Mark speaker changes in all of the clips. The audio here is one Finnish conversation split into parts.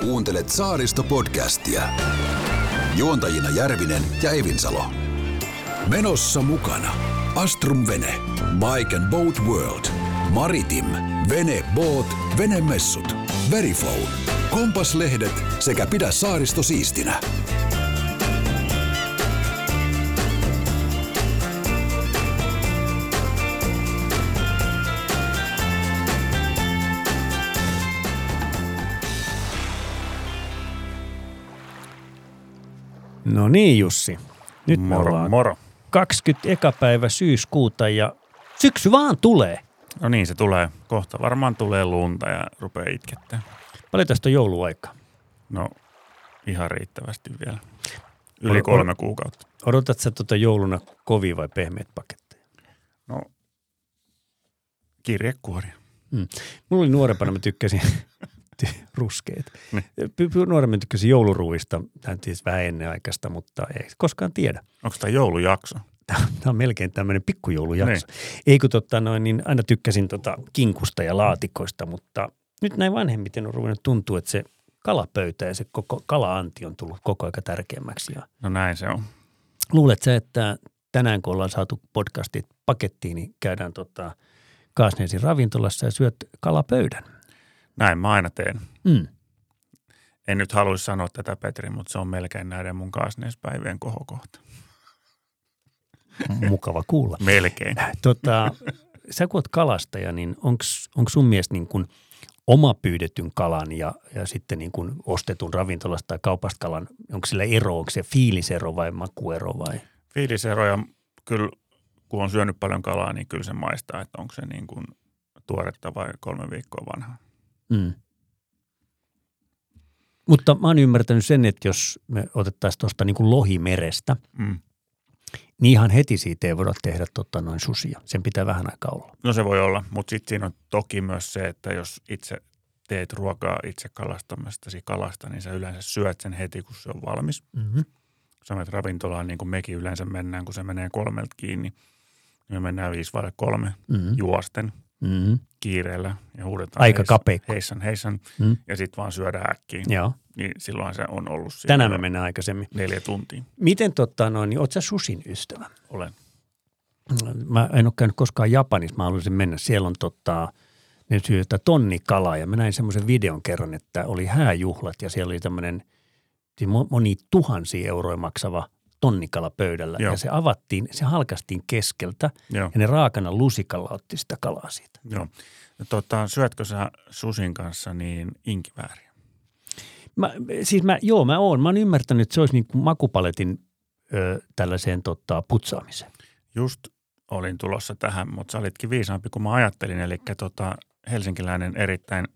Speaker 1: Kuuntelet Saaristo-podcastia. Juontajina Järvinen ja Evinsalo. Menossa mukana Astrum Vene, Bike and Boat World, Maritim, Vene Boat, Venemessut, Verifone, Kompaslehdet sekä Pidä saaristo siistinä.
Speaker 2: No niin Jussi, nyt me
Speaker 3: Moro,
Speaker 2: ollaan
Speaker 3: moro.
Speaker 2: 21. päivä syyskuuta ja syksy vaan tulee.
Speaker 3: No niin, se tulee. Kohta varmaan tulee lunta ja rupeaa itkettää.
Speaker 2: Paljon tästä on jouluaika?
Speaker 3: No, ihan riittävästi vielä.
Speaker 2: Ol-
Speaker 3: Yli
Speaker 2: ol-
Speaker 3: kolme kuukautta.
Speaker 2: Odotat sä tuota jouluna kovia vai pehmeät paketteja?
Speaker 3: No, kirjekuoria.
Speaker 2: Mm. Mulla oli nuorempana, mä tykkäsin ty- ruskeet.
Speaker 3: Niin.
Speaker 2: Py- py- Nuorempana tykkäsin jouluruista, tämä on siis vähän ennenaikaista, mutta ei koskaan tiedä.
Speaker 3: Onko tämä joulujakso?
Speaker 2: Tämä on melkein tämmöinen pikkujoulujakso. Niin. Ei kun tota noin, niin aina tykkäsin tota kinkusta ja laatikoista, mutta nyt näin vanhemmiten on ruvennut tuntua, että se kalapöytä ja se koko kalaanti on tullut koko aika tärkeämmäksi. Ja
Speaker 3: No näin se on.
Speaker 2: luulet sä, että tänään kun ollaan saatu podcastit pakettiin, niin käydään tota Kaasneisin ravintolassa ja syöt kalapöydän.
Speaker 3: Näin mä aina teen.
Speaker 2: Mm.
Speaker 3: En nyt haluaisi sanoa tätä Petri, mutta se on melkein näiden mun kaasneispäivien kohokohta.
Speaker 2: Mukava kuulla.
Speaker 3: Melkein.
Speaker 2: Tota, sä kun oot kalastaja, niin onko sun mielestä niin kun oma pyydetyn kalan ja, ja sitten niin kun ostetun ravintolasta tai kaupasta kalan, onko sillä ero, onko se fiilisero vai makuero vai?
Speaker 3: Fiiliseroja kyllä, kun on syönyt paljon kalaa, niin kyllä se maistaa, että onko se niin kuin tuoretta vai kolme viikkoa vanha.
Speaker 2: Mm. Mutta mä oon ymmärtänyt sen, että jos me otettaisiin tuosta niin kun lohimerestä,
Speaker 3: Mm.
Speaker 2: niin ihan heti siitä ei voida tehdä tota noin susia. Sen pitää vähän aikaa olla.
Speaker 3: No se voi olla, mutta sitten siinä on toki myös se, että jos itse teet ruokaa itse kalastamastasi kalasta, niin sä yleensä syöt sen heti, kun se on valmis.
Speaker 2: Mm-hmm.
Speaker 3: Sä menet ravintolaan niin kuin mekin yleensä mennään, kun se menee kolmelta kiinni. Niin me mennään viisi vaille kolme
Speaker 2: Mm-hmm.
Speaker 3: juosten
Speaker 2: Mm-hmm.
Speaker 3: kiireellä ja huudetaan
Speaker 2: Aika
Speaker 3: heis-
Speaker 2: kapeikko.
Speaker 3: heissan, heissan
Speaker 2: Mm.
Speaker 3: ja sitten vaan syödään äkkiä.
Speaker 2: Joo.
Speaker 3: Niin silloin se on ollut siinä
Speaker 2: Tänään me
Speaker 3: jo
Speaker 2: mennään aikaisemmin.
Speaker 3: neljä tuntia.
Speaker 2: Miten tota noin, niin oot sä susin ystävä?
Speaker 3: Olen.
Speaker 2: mä en ole käynyt koskaan Japanissa, mä haluaisin mennä. Siellä on tota, ne syö sitä tonnikalaa ja mä näin semmoisen videon kerran, että oli hääjuhlat ja siellä oli tämmöinen siis mo- moni tuhansia euroja maksava tonnikala pöydällä.
Speaker 3: Joo.
Speaker 2: Ja se avattiin, se halkastiin keskeltä
Speaker 3: Joo.
Speaker 2: ja ne raakana lusikalla otti sitä kalaa siitä.
Speaker 3: Joo. Ja Tota, syötkö sä susin kanssa niin inkivääriä?
Speaker 2: Mä, siis mä, joo, mä oon. Mä oon ymmärtänyt, että se olisi niin kuin makupaletin ö, tällaiseen tota, putsaamiseen.
Speaker 3: Just olin tulossa tähän, mutta sä olitkin viisaampi kuin mä ajattelin. Eli tota, helsinkiläinen erittäin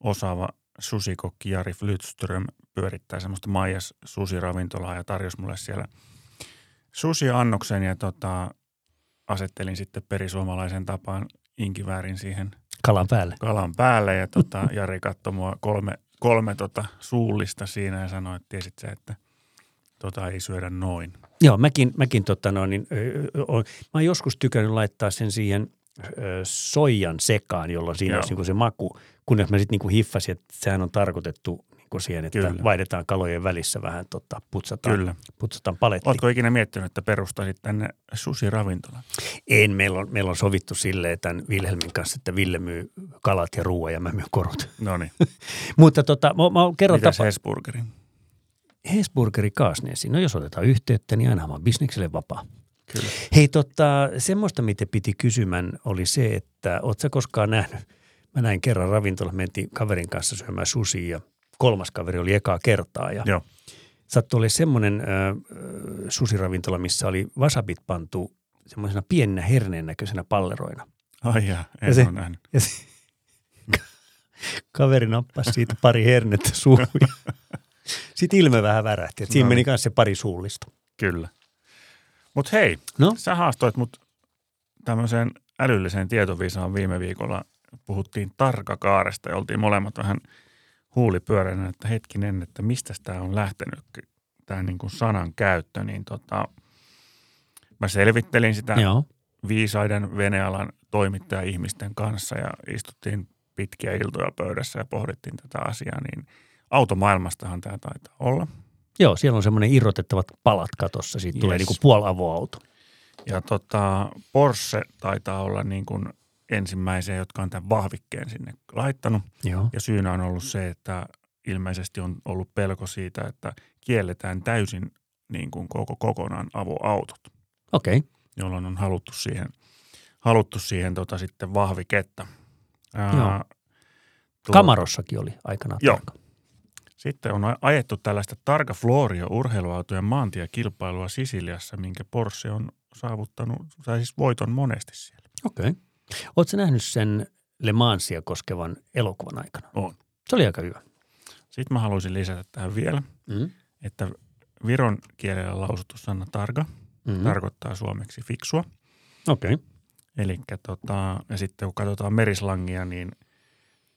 Speaker 3: osaava susikokki Jari Flytström pyörittää semmoista Maijas susiravintolaa ja tarjosi mulle siellä susiannoksen ja tota, asettelin sitten perisuomalaisen tapaan inkiväärin siihen
Speaker 2: Kalan päälle.
Speaker 3: kalan päälle ja tota, Jari katsoi mua kolme, kolme tota, suullista siinä ja sanoi, että tiesit sä, että tota ei syödä noin.
Speaker 2: Joo, mäkin, mäkin tota noin, niin, ö, ö, o- mä oon joskus tykännyt laittaa sen siihen ö, soijan sekaan, jolloin siinä
Speaker 3: Joo.
Speaker 2: olisi niinku se maku, kunnes mä sitten niinku hiffasin, että sehän on tarkoitettu niinku siihen, että Kyllä.
Speaker 3: Kyllä.
Speaker 2: vaihdetaan kalojen välissä vähän, tota, putsataan,
Speaker 3: Kyllä.
Speaker 2: putsataan paletti.
Speaker 3: Oletko ikinä miettinyt, että perustaisit tänne susiravintolan?
Speaker 2: En, meillä on, meillä on sovittu silleen tämän Vilhelmin kanssa, että Ville myy kalat ja ruoan ja mä myyn korut.
Speaker 3: No niin,
Speaker 2: Mutta tota, mä, mä kerron
Speaker 3: mitäs
Speaker 2: tapa.
Speaker 3: Hesburgeri?
Speaker 2: Hesburgeri Kaasneesi. No jos otetaan yhteyttä, niin aina vaan bisnekselle vapaa.
Speaker 3: Kyllä.
Speaker 2: Hei totta, semmoista mitä piti kysymään oli se, että oot sä koskaan nähnyt, mä näin kerran ravintola, mentiin kaverin kanssa syömään susia ja kolmas kaveri oli ekaa kertaa ja
Speaker 3: Joo.
Speaker 2: sattui oli semmoinen ö, ö, susiravintola, missä oli vasabit pantu semmoisena pienenä herneen näköisenä palleroina.
Speaker 3: Ai jaa,
Speaker 2: Ja
Speaker 3: en
Speaker 2: se-
Speaker 3: se... ole nähnyt.
Speaker 2: Ja se, kaveri nappasi siitä pari hernettä suuhun. Sitten ilme vähän värähti, että siinä
Speaker 3: No
Speaker 2: meni
Speaker 3: niin.
Speaker 2: kanssa se pari suullista.
Speaker 3: Kyllä. Mutta hei,
Speaker 2: No?
Speaker 3: no? sä haastoit mut tämmöiseen älylliseen tietovisaan viime viikolla. Puhuttiin tarkakaaresta ja oltiin molemmat vähän huulipyöränä, että hetkinen, että mistä tämä on lähtenyt, tämä niin kuin sanan käyttö. Niin tota, mä selvittelin sitä
Speaker 2: Joo.
Speaker 3: viisaiden venealan toimittaja-ihmisten kanssa ja istuttiin pitkiä iltoja pöydässä ja pohdittiin tätä asiaa, niin Automaailmastahan tämä taitaa olla.
Speaker 2: Joo, siellä on semmoinen irrotettavat palat katossa. Siitä tulee
Speaker 3: Yes.
Speaker 2: niin kuin puoliavoauto.
Speaker 3: Ja tota, Porsche taitaa olla niin kuin ensimmäisiä, jotka on tämän vahvikkeen sinne laittanut.
Speaker 2: Joo.
Speaker 3: Ja syynä on ollut se, että ilmeisesti on ollut pelko siitä, että kielletään täysin niin kuin koko kokonaan avoautot,
Speaker 2: Okei. Okay.
Speaker 3: jolloin on haluttu siihen, haluttu siihen tota sitten vahviketta. Ää,
Speaker 2: Joo.
Speaker 3: tuo-
Speaker 2: Kamarossakin oli aikanaan.
Speaker 3: Joo.
Speaker 2: tarkka.
Speaker 3: Sitten on ajettu tällaista Targa Florio urheiluautojen maantiekilpailua Sisiliassa, minkä Porsche on saavuttanut, tai siis voiton monesti siellä.
Speaker 2: Okei. Okay. Oletko nähnyt sen Le Mansia koskevan elokuvan aikana?
Speaker 3: On.
Speaker 2: Se oli aika hyvä.
Speaker 3: Sitten mä haluaisin lisätä tähän vielä,
Speaker 2: Mm.
Speaker 3: että viron kielellä lausuttu sana targa
Speaker 2: Mm.
Speaker 3: tarkoittaa suomeksi fiksua.
Speaker 2: Okei. Okay.
Speaker 3: Eli tota, ja sitten kun katsotaan merislangia, niin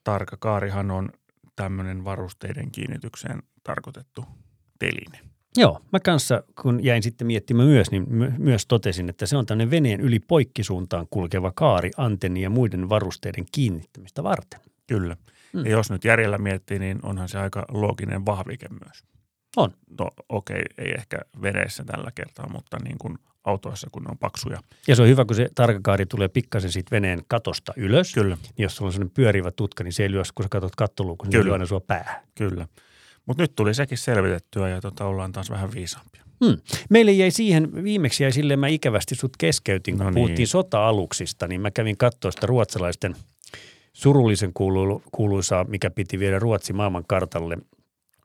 Speaker 3: tarka kaarihan on tämmöinen varusteiden kiinnitykseen tarkoitettu teline.
Speaker 2: Joo, mä kanssa kun jäin sitten miettimään myös, niin my- myös totesin, että se on tämmöinen veneen yli poikkisuuntaan kulkeva kaari antenni ja muiden varusteiden kiinnittämistä varten.
Speaker 3: Kyllä.
Speaker 2: Mm.
Speaker 3: Ja jos nyt järjellä miettii, niin onhan se aika looginen vahvike myös.
Speaker 2: On.
Speaker 3: No okei, ei ehkä veneessä tällä kertaa, mutta niin kuin autoissa, kun ne on paksuja.
Speaker 2: Ja se on hyvä, kun se tarkakaari tulee pikkasen siitä veneen katosta ylös.
Speaker 3: Kyllä,
Speaker 2: Niin Jos sulla on sellainen pyörivä tutka, niin se ei lyö, kun sä katsot kattoluukun, niin se
Speaker 3: Kyllä.
Speaker 2: lyö aina sua päähän.
Speaker 3: kyllä. Mutta nyt tuli sekin selvitettyä ja tota, ollaan taas vähän viisaampia.
Speaker 2: Hmm. Meille jäi siihen, viimeksi jäi silleen mä ikävästi sut keskeytin, kun
Speaker 3: No
Speaker 2: no
Speaker 3: niin.
Speaker 2: puhuttiin sota-aluksista, niin mä kävin katsoa sitä ruotsalaisten surullisen kuulu- kuuluisaa, mikä piti viedä Ruotsi maailman kartalle.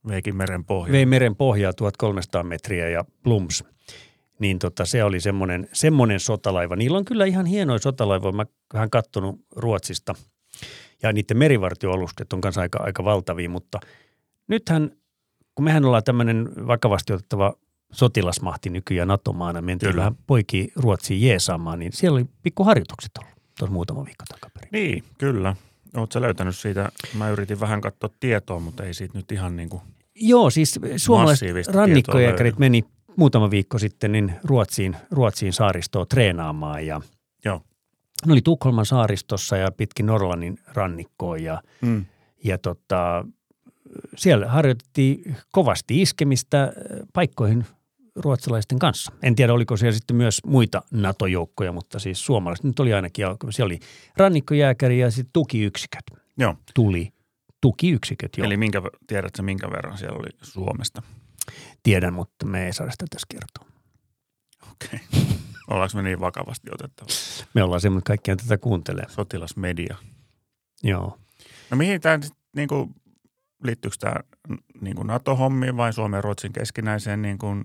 Speaker 3: Veikin meren pohja.
Speaker 2: Vei meren pohjaa 1300 metriä ja plums. Niin tota, se oli semmoinen, semmoinen sotalaiva. Niillä on kyllä ihan hienoja sotalaivoja. Mä vähän kattonut Ruotsista. Ja niiden merivartioalustet on kanssa aika, aika valtavia, mutta nythän, kun mehän ollaan tämmöinen vakavasti otettava sotilasmahti nykyään NATO-maana, mentiin
Speaker 3: Kyllä.
Speaker 2: vähän poikiin Ruotsiin jeesaamaan, niin siellä oli pikkuharjoitukset ollut tuossa muutama viikko takaperin.
Speaker 3: Niin, kyllä. Oletko sä löytänyt siitä? Mä yritin vähän katsoa tietoa, mutta ei siitä nyt ihan niin kuin,
Speaker 2: Joo, siis suomalaiset
Speaker 3: Massiivista
Speaker 2: rannikkojääkärit
Speaker 3: tietoa
Speaker 2: meni muutama viikko sitten niin Ruotsiin, Ruotsiin saaristoon treenaamaan ja
Speaker 3: joo.
Speaker 2: ne oli Tukholman saaristossa ja pitkin Norlannin rannikkoa ja,
Speaker 3: Mm.
Speaker 2: ja tota, siellä harjoitettiin kovasti iskemistä äh, paikkoihin ruotsalaisten kanssa. En tiedä, oliko siellä sitten myös muita NATO-joukkoja, mutta siis suomalaiset nyt oli ainakin, alku- siellä oli rannikkojääkäri ja sitten tukiyksiköt.
Speaker 3: Joo.
Speaker 2: Tuli tukiyksiköt, joo.
Speaker 3: Eli minkä, tiedätkö minkä verran siellä oli Suomesta?
Speaker 2: tiedän, mutta me ei saada sitä tässä kertoa.
Speaker 3: Okei. Ollaanko me niin vakavasti otettava?
Speaker 2: Me ollaan semmoinen, kaikkiaan tätä kuuntelee.
Speaker 3: Sotilasmedia.
Speaker 2: Joo.
Speaker 3: No mihin tämä niin kuin, liittyykö tämä niin kuin NATO-hommiin vai Suomen ja Ruotsin keskinäiseen niin kuin,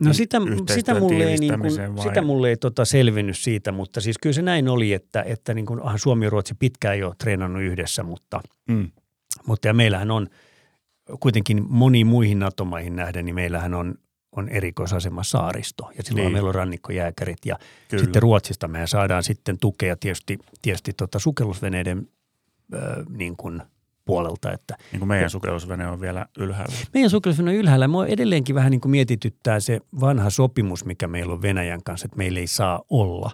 Speaker 2: No
Speaker 3: Y-
Speaker 2: sitä,
Speaker 3: yhteistyön
Speaker 2: sitä, mulle ei, niin kuin,
Speaker 3: tiivistämiseen vai-
Speaker 2: sitä mulle ei tota selvinnyt siitä, mutta siis kyllä se näin oli, että, että niin kuin, ah, Suomi ja Ruotsi pitkään jo treenannut yhdessä, mutta,
Speaker 3: mm.
Speaker 2: mutta ja meillähän on kuitenkin moniin muihin NATO-maihin nähden, niin meillähän on, on erikoisasema saaristo ja silloin
Speaker 3: Niin.
Speaker 2: niin. meillä on rannikkojääkärit ja
Speaker 3: Kyllä.
Speaker 2: sitten Ruotsista me saadaan sitten tukea tietysti, tietysti tota sukellusveneiden ö, niin kuin puolelta, että
Speaker 3: niin kuin meidän sukellusvene on vielä ylhäällä.
Speaker 2: Meidän sukellusvene on ylhäällä. Mua edelleenkin vähän niin kuin mietityttää se vanha sopimus, mikä meillä on Venäjän kanssa, että meillä ei saa olla.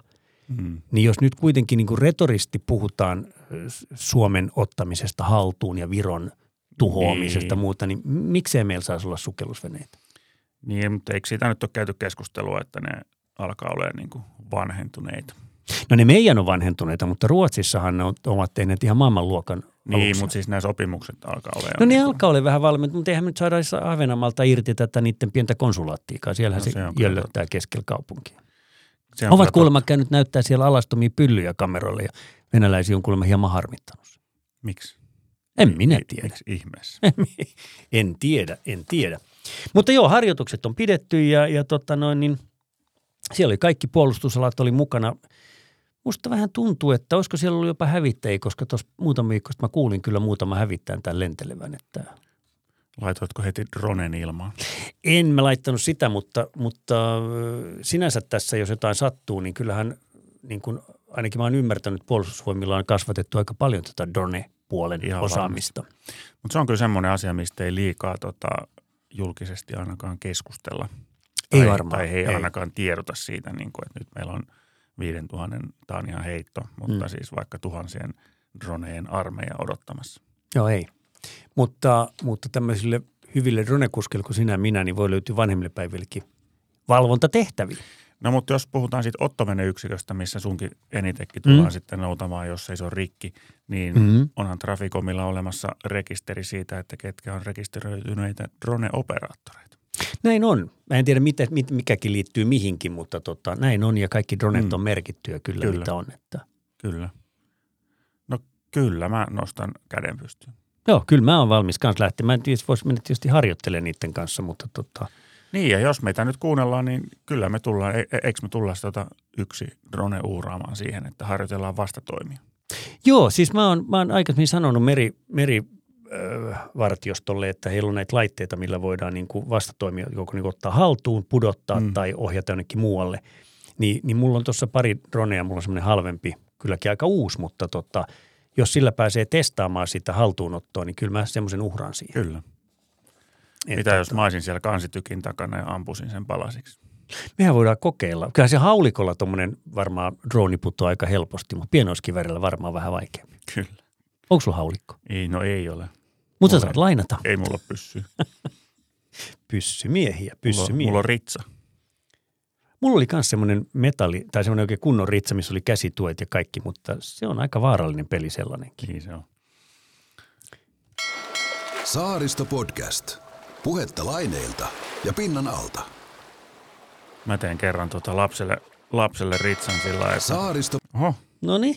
Speaker 3: Mm.
Speaker 2: Niin jos nyt kuitenkin niin kuin retoristi puhutaan ö, S- Suomen ottamisesta haltuun ja Viron tuhoamisesta
Speaker 3: Niin.
Speaker 2: niin. muuta, niin m- miksei meillä saisi olla sukellusveneitä?
Speaker 3: Niin, mutta eikö siitä nyt ole käyty keskustelua, että ne alkaa olemaan niin kuin vanhentuneita?
Speaker 2: No ne meidän on vanhentuneita, mutta Ruotsissahan ne on- ovat tehneet ihan maailmanluokan
Speaker 3: Niin,
Speaker 2: aluksia.
Speaker 3: mutta siis nämä sopimukset alkaa olemaan.
Speaker 2: No ne
Speaker 3: niin kuin-
Speaker 2: alkaa olla vähän valmiita, mutta eihän me nyt saada Ahvenamalta irti tätä niiden pientä konsulaattiikaa. Siellähän
Speaker 3: No
Speaker 2: no, se,
Speaker 3: se on kyllä
Speaker 2: jöllöttää keskellä kaupunkia.
Speaker 3: se on
Speaker 2: Ovat
Speaker 3: kyllä totta.
Speaker 2: kuulemma käynyt näyttää siellä alastomia pyllyjä kameroille ja venäläisiä on kuulemma hieman harmittanut. se.
Speaker 3: Miksi?
Speaker 2: En minä
Speaker 3: I-
Speaker 2: tiedä. Eh.
Speaker 3: Miksi ihmeessä?
Speaker 2: en tiedä, en tiedä. Mutta joo, harjoitukset on pidetty ja, ja tota noin, niin siellä oli kaikki puolustusalat oli mukana. Musta vähän tuntuu, että olisiko siellä ollut jopa hävittäjiä, koska tuossa muutama viikko sitten mä kuulin kyllä muutama hävittäjän tämän lentelevän. Että
Speaker 3: Laitoitko heti dronen ilmaan?
Speaker 2: En mä laittanut sitä, mutta, mutta ö, sinänsä tässä, jos jotain sattuu, niin kyllähän niin kuin ainakin mä oon ymmärtänyt, että puolustusvoimilla on kasvatettu aika paljon tätä drone-puolen
Speaker 3: Ihan
Speaker 2: Ihan osaamista. Varmasti.
Speaker 3: Mutta se on kyllä semmoinen asia, mistä ei liikaa tota, julkisesti ainakaan keskustella.
Speaker 2: Ei
Speaker 3: tai,
Speaker 2: varmaan,
Speaker 3: Tai he ei
Speaker 2: ei.
Speaker 3: ainakaan tiedota siitä, niin kuin, että nyt meillä on 5000 taanian heitto, mutta
Speaker 2: Mm.
Speaker 3: siis vaikka tuhansien droneen armeija odottamassa.
Speaker 2: Joo, ei. Mutta, mutta tämmöisille hyville runekuskille kuin sinä ja minä, niin voi löytyä vanhemmille päivillekin valvontatehtäviä.
Speaker 3: No mutta jos puhutaan siitä ottoveneyksiköstä, missä sunkin enitekin tullaan mm. sitten noutamaan, jos ei se ole rikki, niin
Speaker 2: Mhm.
Speaker 3: mm. onhan Traficomilla olemassa rekisteri siitä, että ketkä on rekisteröityneitä drone-operaattoreita.
Speaker 2: Näin on. Mä en tiedä, mitä, mit, mikäkin liittyy mihinkin, mutta tota, näin on ja kaikki dronet
Speaker 3: Mm.
Speaker 2: on merkittyä kyllä, kyllä,
Speaker 3: Kyllä.
Speaker 2: mitä on. Että.
Speaker 3: Kyllä. No kyllä, mä nostan käden pystyyn.
Speaker 2: Joo, kyllä mä oon valmis kanssa lähtemään. Mä en tiedä, vois mennä tietysti harjoittelemaan niiden kanssa, mutta tota,
Speaker 3: Niin ja jos meitä nyt kuunnellaan, niin kyllä me tullaan, e- e- eikö me tulla tota yksi drone uuraamaan siihen, että harjoitellaan vastatoimia.
Speaker 2: Joo, siis mä oon, mä oon aikaisemmin sanonut meri, merivartiostolle, että heillä on näitä laitteita, millä voidaan niin kuin vastatoimia joko niin kuin ottaa haltuun, pudottaa mm.
Speaker 3: Mm.
Speaker 2: tai ohjata jonnekin muualle. Ni, niin mulla on tuossa pari dronea, mulla on semmoinen halvempi, kylläkin aika uusi, mutta tota, jos sillä pääsee testaamaan sitä haltuunottoa, niin kyllä mä semmoisen uhran siihen.
Speaker 3: Kyllä.
Speaker 2: Et
Speaker 3: Mitä jos mä olisin siellä kansitykin takana ja ampusin sen palasiksi?
Speaker 2: Mehän voidaan kokeilla. Kyllä se haulikolla tuommoinen varmaan drooni putoaa aika helposti, mutta pienoiskivärillä varmaan vähän vaikeampi.
Speaker 3: Kyllä.
Speaker 2: Onko sulla haulikko?
Speaker 3: Ei, no ei ole.
Speaker 2: Mutta
Speaker 3: Mulla
Speaker 2: saat
Speaker 3: ei.
Speaker 2: lainata.
Speaker 3: Ei mulla pyssy.
Speaker 2: Pyssymiehiä, pyssymiehiä.
Speaker 3: Mulla, mulla on ritsa.
Speaker 2: Mulla oli myös semmoinen metalli, tai semmoinen oikein kunnon ritsa, missä oli käsituet ja kaikki, mutta se on aika vaarallinen peli sellainenkin.
Speaker 3: Niin se on.
Speaker 1: Saaristo Podcast. Puhetta laineilta ja pinnan alta.
Speaker 3: Mä teen kerran tota lapselle, lapselle ritsan sillä lailla, että...
Speaker 1: Saaristo.
Speaker 3: Oho,
Speaker 2: No niin.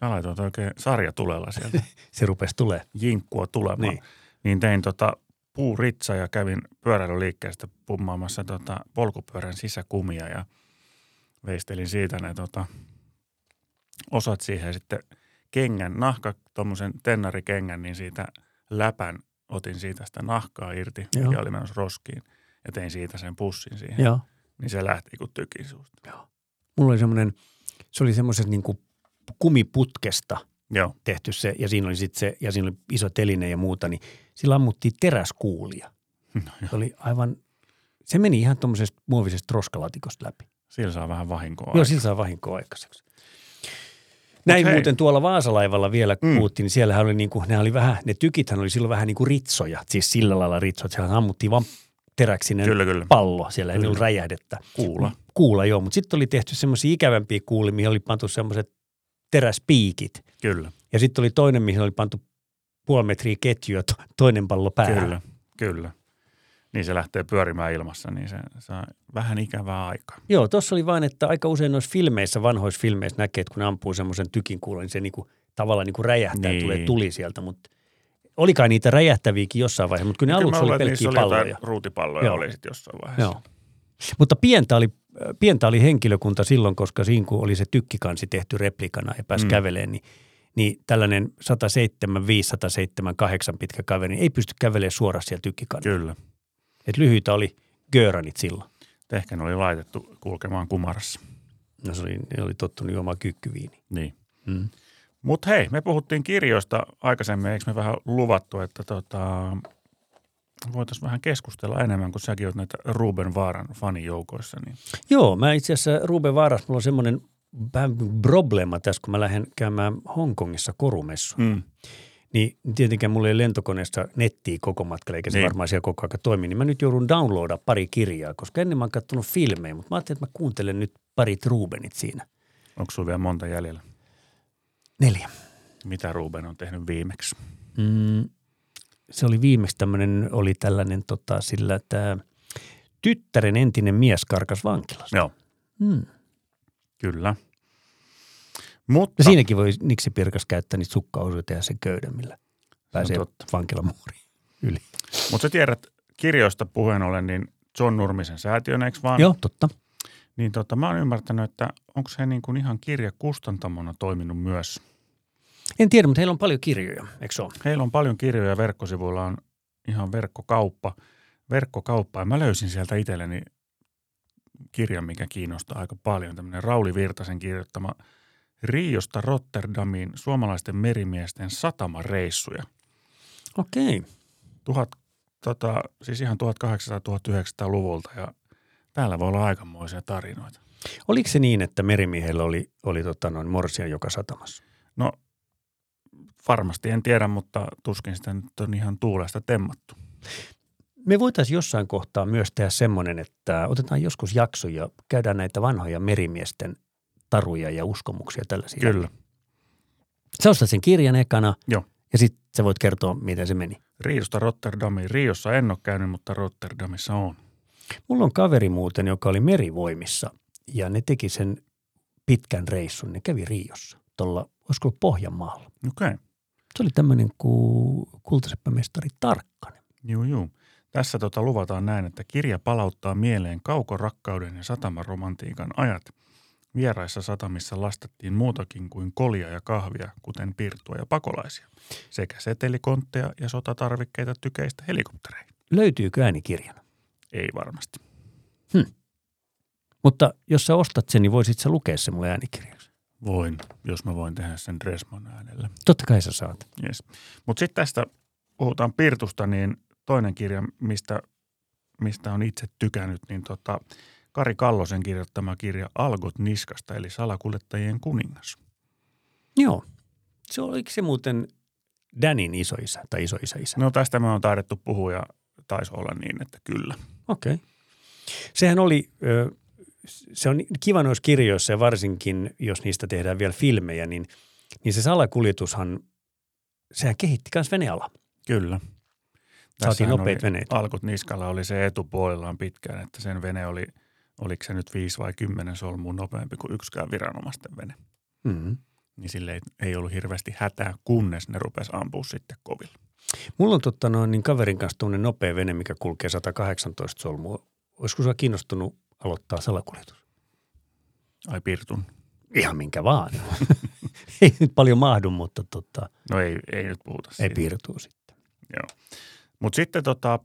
Speaker 3: sä laitoit oikein sarja tulella sieltä.
Speaker 2: Se rupesi tulee.
Speaker 3: Jinkkua tulemaan.
Speaker 2: Niin.
Speaker 3: Niin. niin tein tota puuritsa ja kävin pyöräilyliikkeestä pummaamassa tota polkupyörän sisäkumia ja veistelin siitä ne tota osat siihen ja sitten kengän, nahka, tuommoisen tennarikengän, niin siitä läpän otin siitä sitä nahkaa irti,
Speaker 2: Joo.
Speaker 3: mikä oli menossa roskiin ja tein siitä sen pussin siihen.
Speaker 2: Joo.
Speaker 3: Niin se lähti kuin tykin suusta.
Speaker 2: Mulla oli semmoinen, se oli semmoisesta niin kuin kumiputkesta
Speaker 3: Joo,
Speaker 2: tehty se, ja siinä oli sitten se, ja siinä oli iso teline ja muuta, niin sillä ammuttiin teräskuulia.
Speaker 3: No
Speaker 2: se oli aivan, se meni ihan tuommoisesta muovisesta roskalaatikosta läpi.
Speaker 3: sillä saa vähän vahinkoa.
Speaker 2: Joo, siis- sillä saa vahinkoa aikaiseksi. Näin
Speaker 3: hei.
Speaker 2: muuten tuolla Vaasalaivalla vielä kun
Speaker 3: Mm.
Speaker 2: puhuttiin, niin siellähän oli, niin kuin, ne, oli vähän, ne tykithän oli silloin vähän niin kuin ritsoja, siis sillä lailla ritsoja, että siellä ammuttiin vaan teräksinen
Speaker 3: Kyllä, kyllä.
Speaker 2: pallo, siellä ei
Speaker 3: Kyllä.
Speaker 2: ollut räjähdettä.
Speaker 3: Kuula.
Speaker 2: Kuula, joo, mutta sitten oli tehty semmoisia ikävämpiä kuulia, mihin oli pantu semmoiset teräspiikit.
Speaker 3: Kyllä,
Speaker 2: Ja sitten oli toinen, mihin oli pantu puoli metriä ketjua, to- toinen pallo päähän.
Speaker 3: kyllä, kyllä. Niin se lähtee pyörimään ilmassa, niin se saa vähän ikävää aikaa.
Speaker 2: Joo, tuossa oli vain, että aika usein noissa filmeissä, vanhoissa filmeissä näkee, että kun ne ampuu semmoisen tykin kuulan, niin se niinku, tavallaan niinku räjähtää, niin.
Speaker 3: Niin.
Speaker 2: tulee tuli sieltä, mutta oli kai niitä räjähtäviäkin jossain vaiheessa, mutta kyllä ne
Speaker 3: Kyllä
Speaker 2: aluksi
Speaker 3: mä luulen,
Speaker 2: oli
Speaker 3: että niissä
Speaker 2: pelkkiä
Speaker 3: niin oli
Speaker 2: palloja.
Speaker 3: jotain ruutipalloja
Speaker 2: Joo.
Speaker 3: oli sitten jossain vaiheessa.
Speaker 2: Joo. Mutta pientä oli, pientä oli henkilökunta silloin, koska siinä kun oli se tykkikansi tehty replikana ja pääsi mm.
Speaker 3: Mm.
Speaker 2: käveleen, niin, niin tällainen 175, 178 pitkä kaveri niin ei pysty kävelemään suoraan siellä tykkikannalla.
Speaker 3: Kyllä.
Speaker 2: Et lyhyitä oli gööranit silloin.
Speaker 3: Tehken oli laitettu kulkemaan kumarassa.
Speaker 2: No se oli, ne oli tottunut juomaan kyykkyviini.
Speaker 3: Niin.
Speaker 2: Mm.
Speaker 3: Mutta hei, me puhuttiin kirjoista aikaisemmin. Eikö me vähän luvattu, että tota, voitaisiin vähän keskustella enemmän, kun säkin oot näitä Ruben Vaaran fanijoukoissa. Niin.
Speaker 2: Joo, mä itse asiassa Ruben Vaaras, mulla on semmoinen vähän probleema tässä, kun mä lähden käymään Hongkongissa korumessu.
Speaker 3: Mm.
Speaker 2: Niin tietenkään mulla ei lentokoneesta nettiä koko matkalla, eikä se
Speaker 3: Niin.
Speaker 2: varmaan siellä koko ajan toimi. Niin mä nyt joudun downloadaa pari kirjaa, koska ennen mä oon kattonut filmejä, mutta mä ajattelin, että mä kuuntelen nyt parit Rubenit siinä.
Speaker 3: Onko sulla vielä monta jäljellä?
Speaker 2: Neljä.
Speaker 3: Mitä Ruben on tehnyt viimeksi?
Speaker 2: Mm, se oli viimeksi tämmöinen, oli tällainen tota, sillä tämä tyttären entinen mies karkas vankilasta.
Speaker 3: Joo.
Speaker 2: Mm.
Speaker 3: Kyllä.
Speaker 2: No
Speaker 3: Mutta
Speaker 2: siinäkin voi Niksi Pirkas käyttää niitä sukkausuja tehdä sen köyden, millä pääsee
Speaker 3: No
Speaker 2: vankilamuuriin yli.
Speaker 3: Mutta sä tiedät kirjoista puheen ollen, niin John Nurmisen säätiön, eikö vaan?
Speaker 2: Joo, totta.
Speaker 3: Niin tota, mä oon ymmärtänyt, että onko he niin kuin ihan kirjakustantamona toiminut myös.
Speaker 2: En tiedä, mutta heillä on paljon kirjoja, eikö se ole?
Speaker 3: Heillä on paljon kirjoja verkkosivuilla, on ihan verkkokauppa. Verkkokauppa, ja mä löysin sieltä itselleni kirjan, mikä kiinnostaa aika paljon. Tämmöinen Rauli Virtasen kirjoittama Riosta Rotterdamiin suomalaisten merimiesten satamareissuja.
Speaker 2: Okei.
Speaker 3: tuhat, tota, siis ihan 1800-1900-luvulta ja täällä voi olla aikamoisia tarinoita.
Speaker 2: Oliko se niin, että merimiehellä oli, oli tota noin morsia joka satamassa?
Speaker 3: No varmasti en tiedä, mutta tuskin sitä nyt on ihan tuulesta temmattu.
Speaker 2: Me voitaisiin jossain kohtaa myös tehdä semmoinen, että otetaan joskus jaksoja, käydään näitä vanhoja merimiesten taruja ja uskomuksia tällaisia.
Speaker 3: Kyllä.
Speaker 2: Sä ostat sen kirjan ekana
Speaker 3: Joo.
Speaker 2: ja sitten sä voit kertoa, miten se meni.
Speaker 3: Riiosta Rotterdamiin. Riossa en ole käynyt, mutta Rotterdamissa on.
Speaker 2: Mulla on kaveri muuten, joka oli merivoimissa ja ne teki sen pitkän reissun. Ne kävi Riossa, tuolla, olisiko ollut Pohjanmaalla.
Speaker 3: Okei, okay.
Speaker 2: Se oli tämmöinen kuin kultaseppämestari Tarkkanen.
Speaker 3: juu juu. Tässä tota luvataan näin, että kirja palauttaa mieleen kaukorakkauden ja satamaromantiikan ajat. Vieraissa satamissa lastettiin muutakin kuin kolia ja kahvia, kuten pirtua ja pakolaisia, sekä setelikontteja ja sotatarvikkeita tykeistä helikoptereihin.
Speaker 2: Löytyykö äänikirjana?
Speaker 3: Ei varmasti.
Speaker 2: Mutta jos sä ostat sen, niin voisit sä lukea sen mulle äänikirjaksi.
Speaker 3: Voin, jos mä voin tehdä sen Dresmon äänellä.
Speaker 2: Totta kai sä saat.
Speaker 3: Yes. Mutta sitten tästä puhutaan Pirtusta, niin toinen kirja, mistä, mistä on itse tykännyt, niin tota, Kari Kallosen kirjoittama kirja Algot niskasta, eli Salakuljettajien kuningas.
Speaker 2: Joo. Se oli se muuten Danin isoisä tai isoisä isä?
Speaker 3: No tästä me on taidettu puhua ja taisi olla niin, että kyllä.
Speaker 2: Okei. Okay. Sehän oli, ö, se on kiva noissa kirjoissa ja varsinkin, jos niistä tehdään vielä filmejä, niin, niin se salakuljetushan, sehän kehitti myös veneala.
Speaker 3: Kyllä.
Speaker 2: Saatiin
Speaker 3: Tässähän
Speaker 2: nopeat
Speaker 3: oli,
Speaker 2: veneet.
Speaker 3: Alkut niskalla oli se etupuolellaan pitkään, että sen vene oli, oliko se nyt viisi vai kymmenen solmua nopeampi kuin yksikään viranomaisten vene.
Speaker 2: Mm-hmm.
Speaker 3: Niin sille ei, ei ollut hirveästi hätää, kunnes ne rupesi ampua sitten kovilla.
Speaker 2: Mulla on totta noin, niin kaverin kanssa tuommoinen nopea vene, mikä kulkee 118 solmua. Olisiko sinua kiinnostunut aloittaa salakuljetus?
Speaker 3: Ai Pirtun.
Speaker 2: Ihan minkä vaan. Ei nyt paljon mahdu, mutta tota,
Speaker 3: No ei, ei nyt puhuta
Speaker 2: ei
Speaker 3: siitä.
Speaker 2: piirtuu sitten.
Speaker 3: Mutta sitten tota,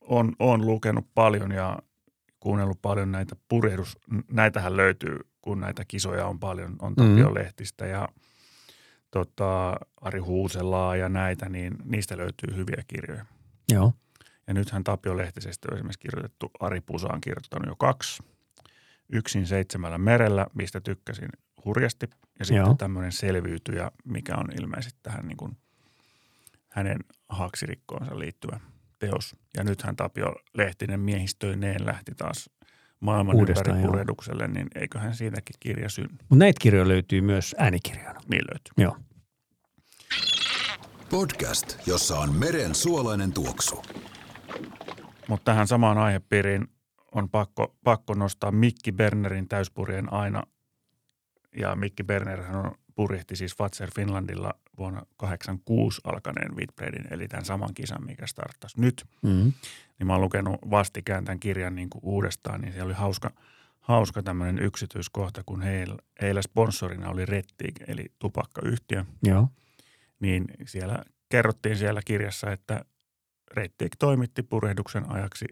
Speaker 3: on, on lukenut paljon ja kuunnellut paljon näitä purehdus, n- näitähän löytyy, kun näitä kisoja on paljon, on
Speaker 2: Mm.
Speaker 3: Tapio Lehtistä ja tota, Ari Huuselaa ja näitä, niin niistä löytyy hyviä kirjoja.
Speaker 2: Joo.
Speaker 3: Ja nythän Tapio Lehtisestä on esimerkiksi kirjoitettu, Ari Pusa on kirjoittanut jo kaksi. Yksin seitsemällä merellä, mistä tykkäsin hurjasti. Ja
Speaker 2: Joo.
Speaker 3: sitten tämmöinen selviytyjä, mikä on ilmeisesti tähän niin kuin hänen haaksirikkoonsa liittyvä teos. Ja nythän Tapio Lehtinen miehistöineen lähti taas maailman
Speaker 2: Uudestaan,
Speaker 3: ympäri
Speaker 2: joo.
Speaker 3: purehdukselle, niin eiköhän siitäkin kirja synny.
Speaker 2: Mutta näitä kirjoja löytyy myös äänikirjoina.
Speaker 3: Niin löytyy.
Speaker 2: Joo.
Speaker 1: Podcast, jossa on meren suolainen tuoksu.
Speaker 3: Mutta tähän samaan aihepiiriin on pakko, pakko nostaa Mikki Bernerin täyspurjeen aina. Ja Mikki Berner on purjehti siis Fatser Finlandilla vuonna 86 alkaneen Whitbreadin, eli tämän saman kisan, mikä starttasi nyt.
Speaker 2: Mm-hmm.
Speaker 3: Niin mä oon lukenut vastikään tämän kirjan niin kuin uudestaan, niin siellä oli hauska, hauska tämmöinen yksityiskohta, kun heillä, heillä sponsorina oli Rettig, eli tupakkayhtiö
Speaker 2: Joo.
Speaker 3: niin siellä kerrottiin siellä kirjassa, että Rettig toimitti purehduksen ajaksi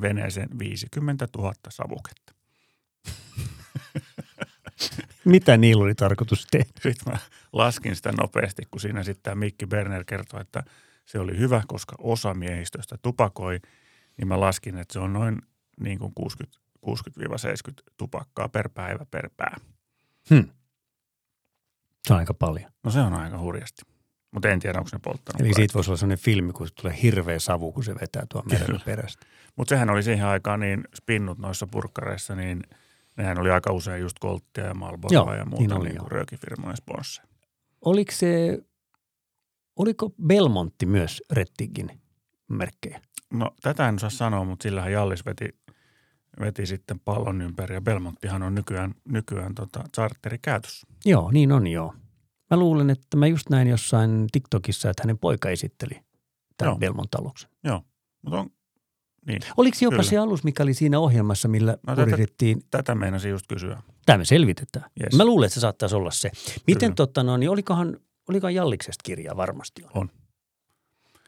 Speaker 3: veneeseen 50 000 savuketta.
Speaker 2: Mitä niillä oli tarkoitus tehdä?
Speaker 3: Sitten mä laskin sitä nopeasti, kun siinä sitten tämä Mikki Berner kertoi, että se oli hyvä, koska osa miehistöstä tupakoi, niin mä laskin, että se on noin niin kuin 60, 60-70 tupakkaa per päivä per pää.
Speaker 2: Hmm. Se on aika paljon.
Speaker 3: No se on aika hurjasti, mutta en tiedä, onko ne polttanut.
Speaker 2: Eli siitä voisi olla sellainen filmi, kun tulee hirveä savu, kun se vetää tuon merellä
Speaker 3: Kyllä.
Speaker 2: perästä.
Speaker 3: Mutta sehän oli siihen aikaan niin spinnut noissa purkkareissa, niin nehän oli aika usein just Colttia ja Marlboroa
Speaker 2: Joo,
Speaker 3: ja
Speaker 2: niin
Speaker 3: muuta
Speaker 2: oli,
Speaker 3: niin
Speaker 2: joo.
Speaker 3: kuin röökifirmojen sponsseja.
Speaker 2: Oliko se, oliko Belmontti myös Rettigin merkkejä?
Speaker 3: No tätä en saa sanoa, mutta sillähän Jallis veti, veti sitten pallon ympäri ja Belmonttihan on nykyään, nykyään tota, charteri käytössä.
Speaker 2: Joo, niin on joo. Mä luulen, että mä just näin jossain TikTokissa, että hänen poika esitteli tämän
Speaker 3: Joo.
Speaker 2: Belmont aluksen.
Speaker 3: Mutta on, niin,
Speaker 2: Oliko se jopa
Speaker 3: Kyllä.
Speaker 2: se alus, mikä oli siinä ohjelmassa, millä
Speaker 3: No tätä-
Speaker 2: yritettiin?
Speaker 3: tätä meinasin just kysyä.
Speaker 2: Tämä me selvitetään.
Speaker 3: Yes.
Speaker 2: Mä luulen, että se saattaisi olla se. Miten
Speaker 3: Kyllä.
Speaker 2: totta, no niin olikohan, olikohan Jalliksesta kirjaa varmasti on?
Speaker 3: On.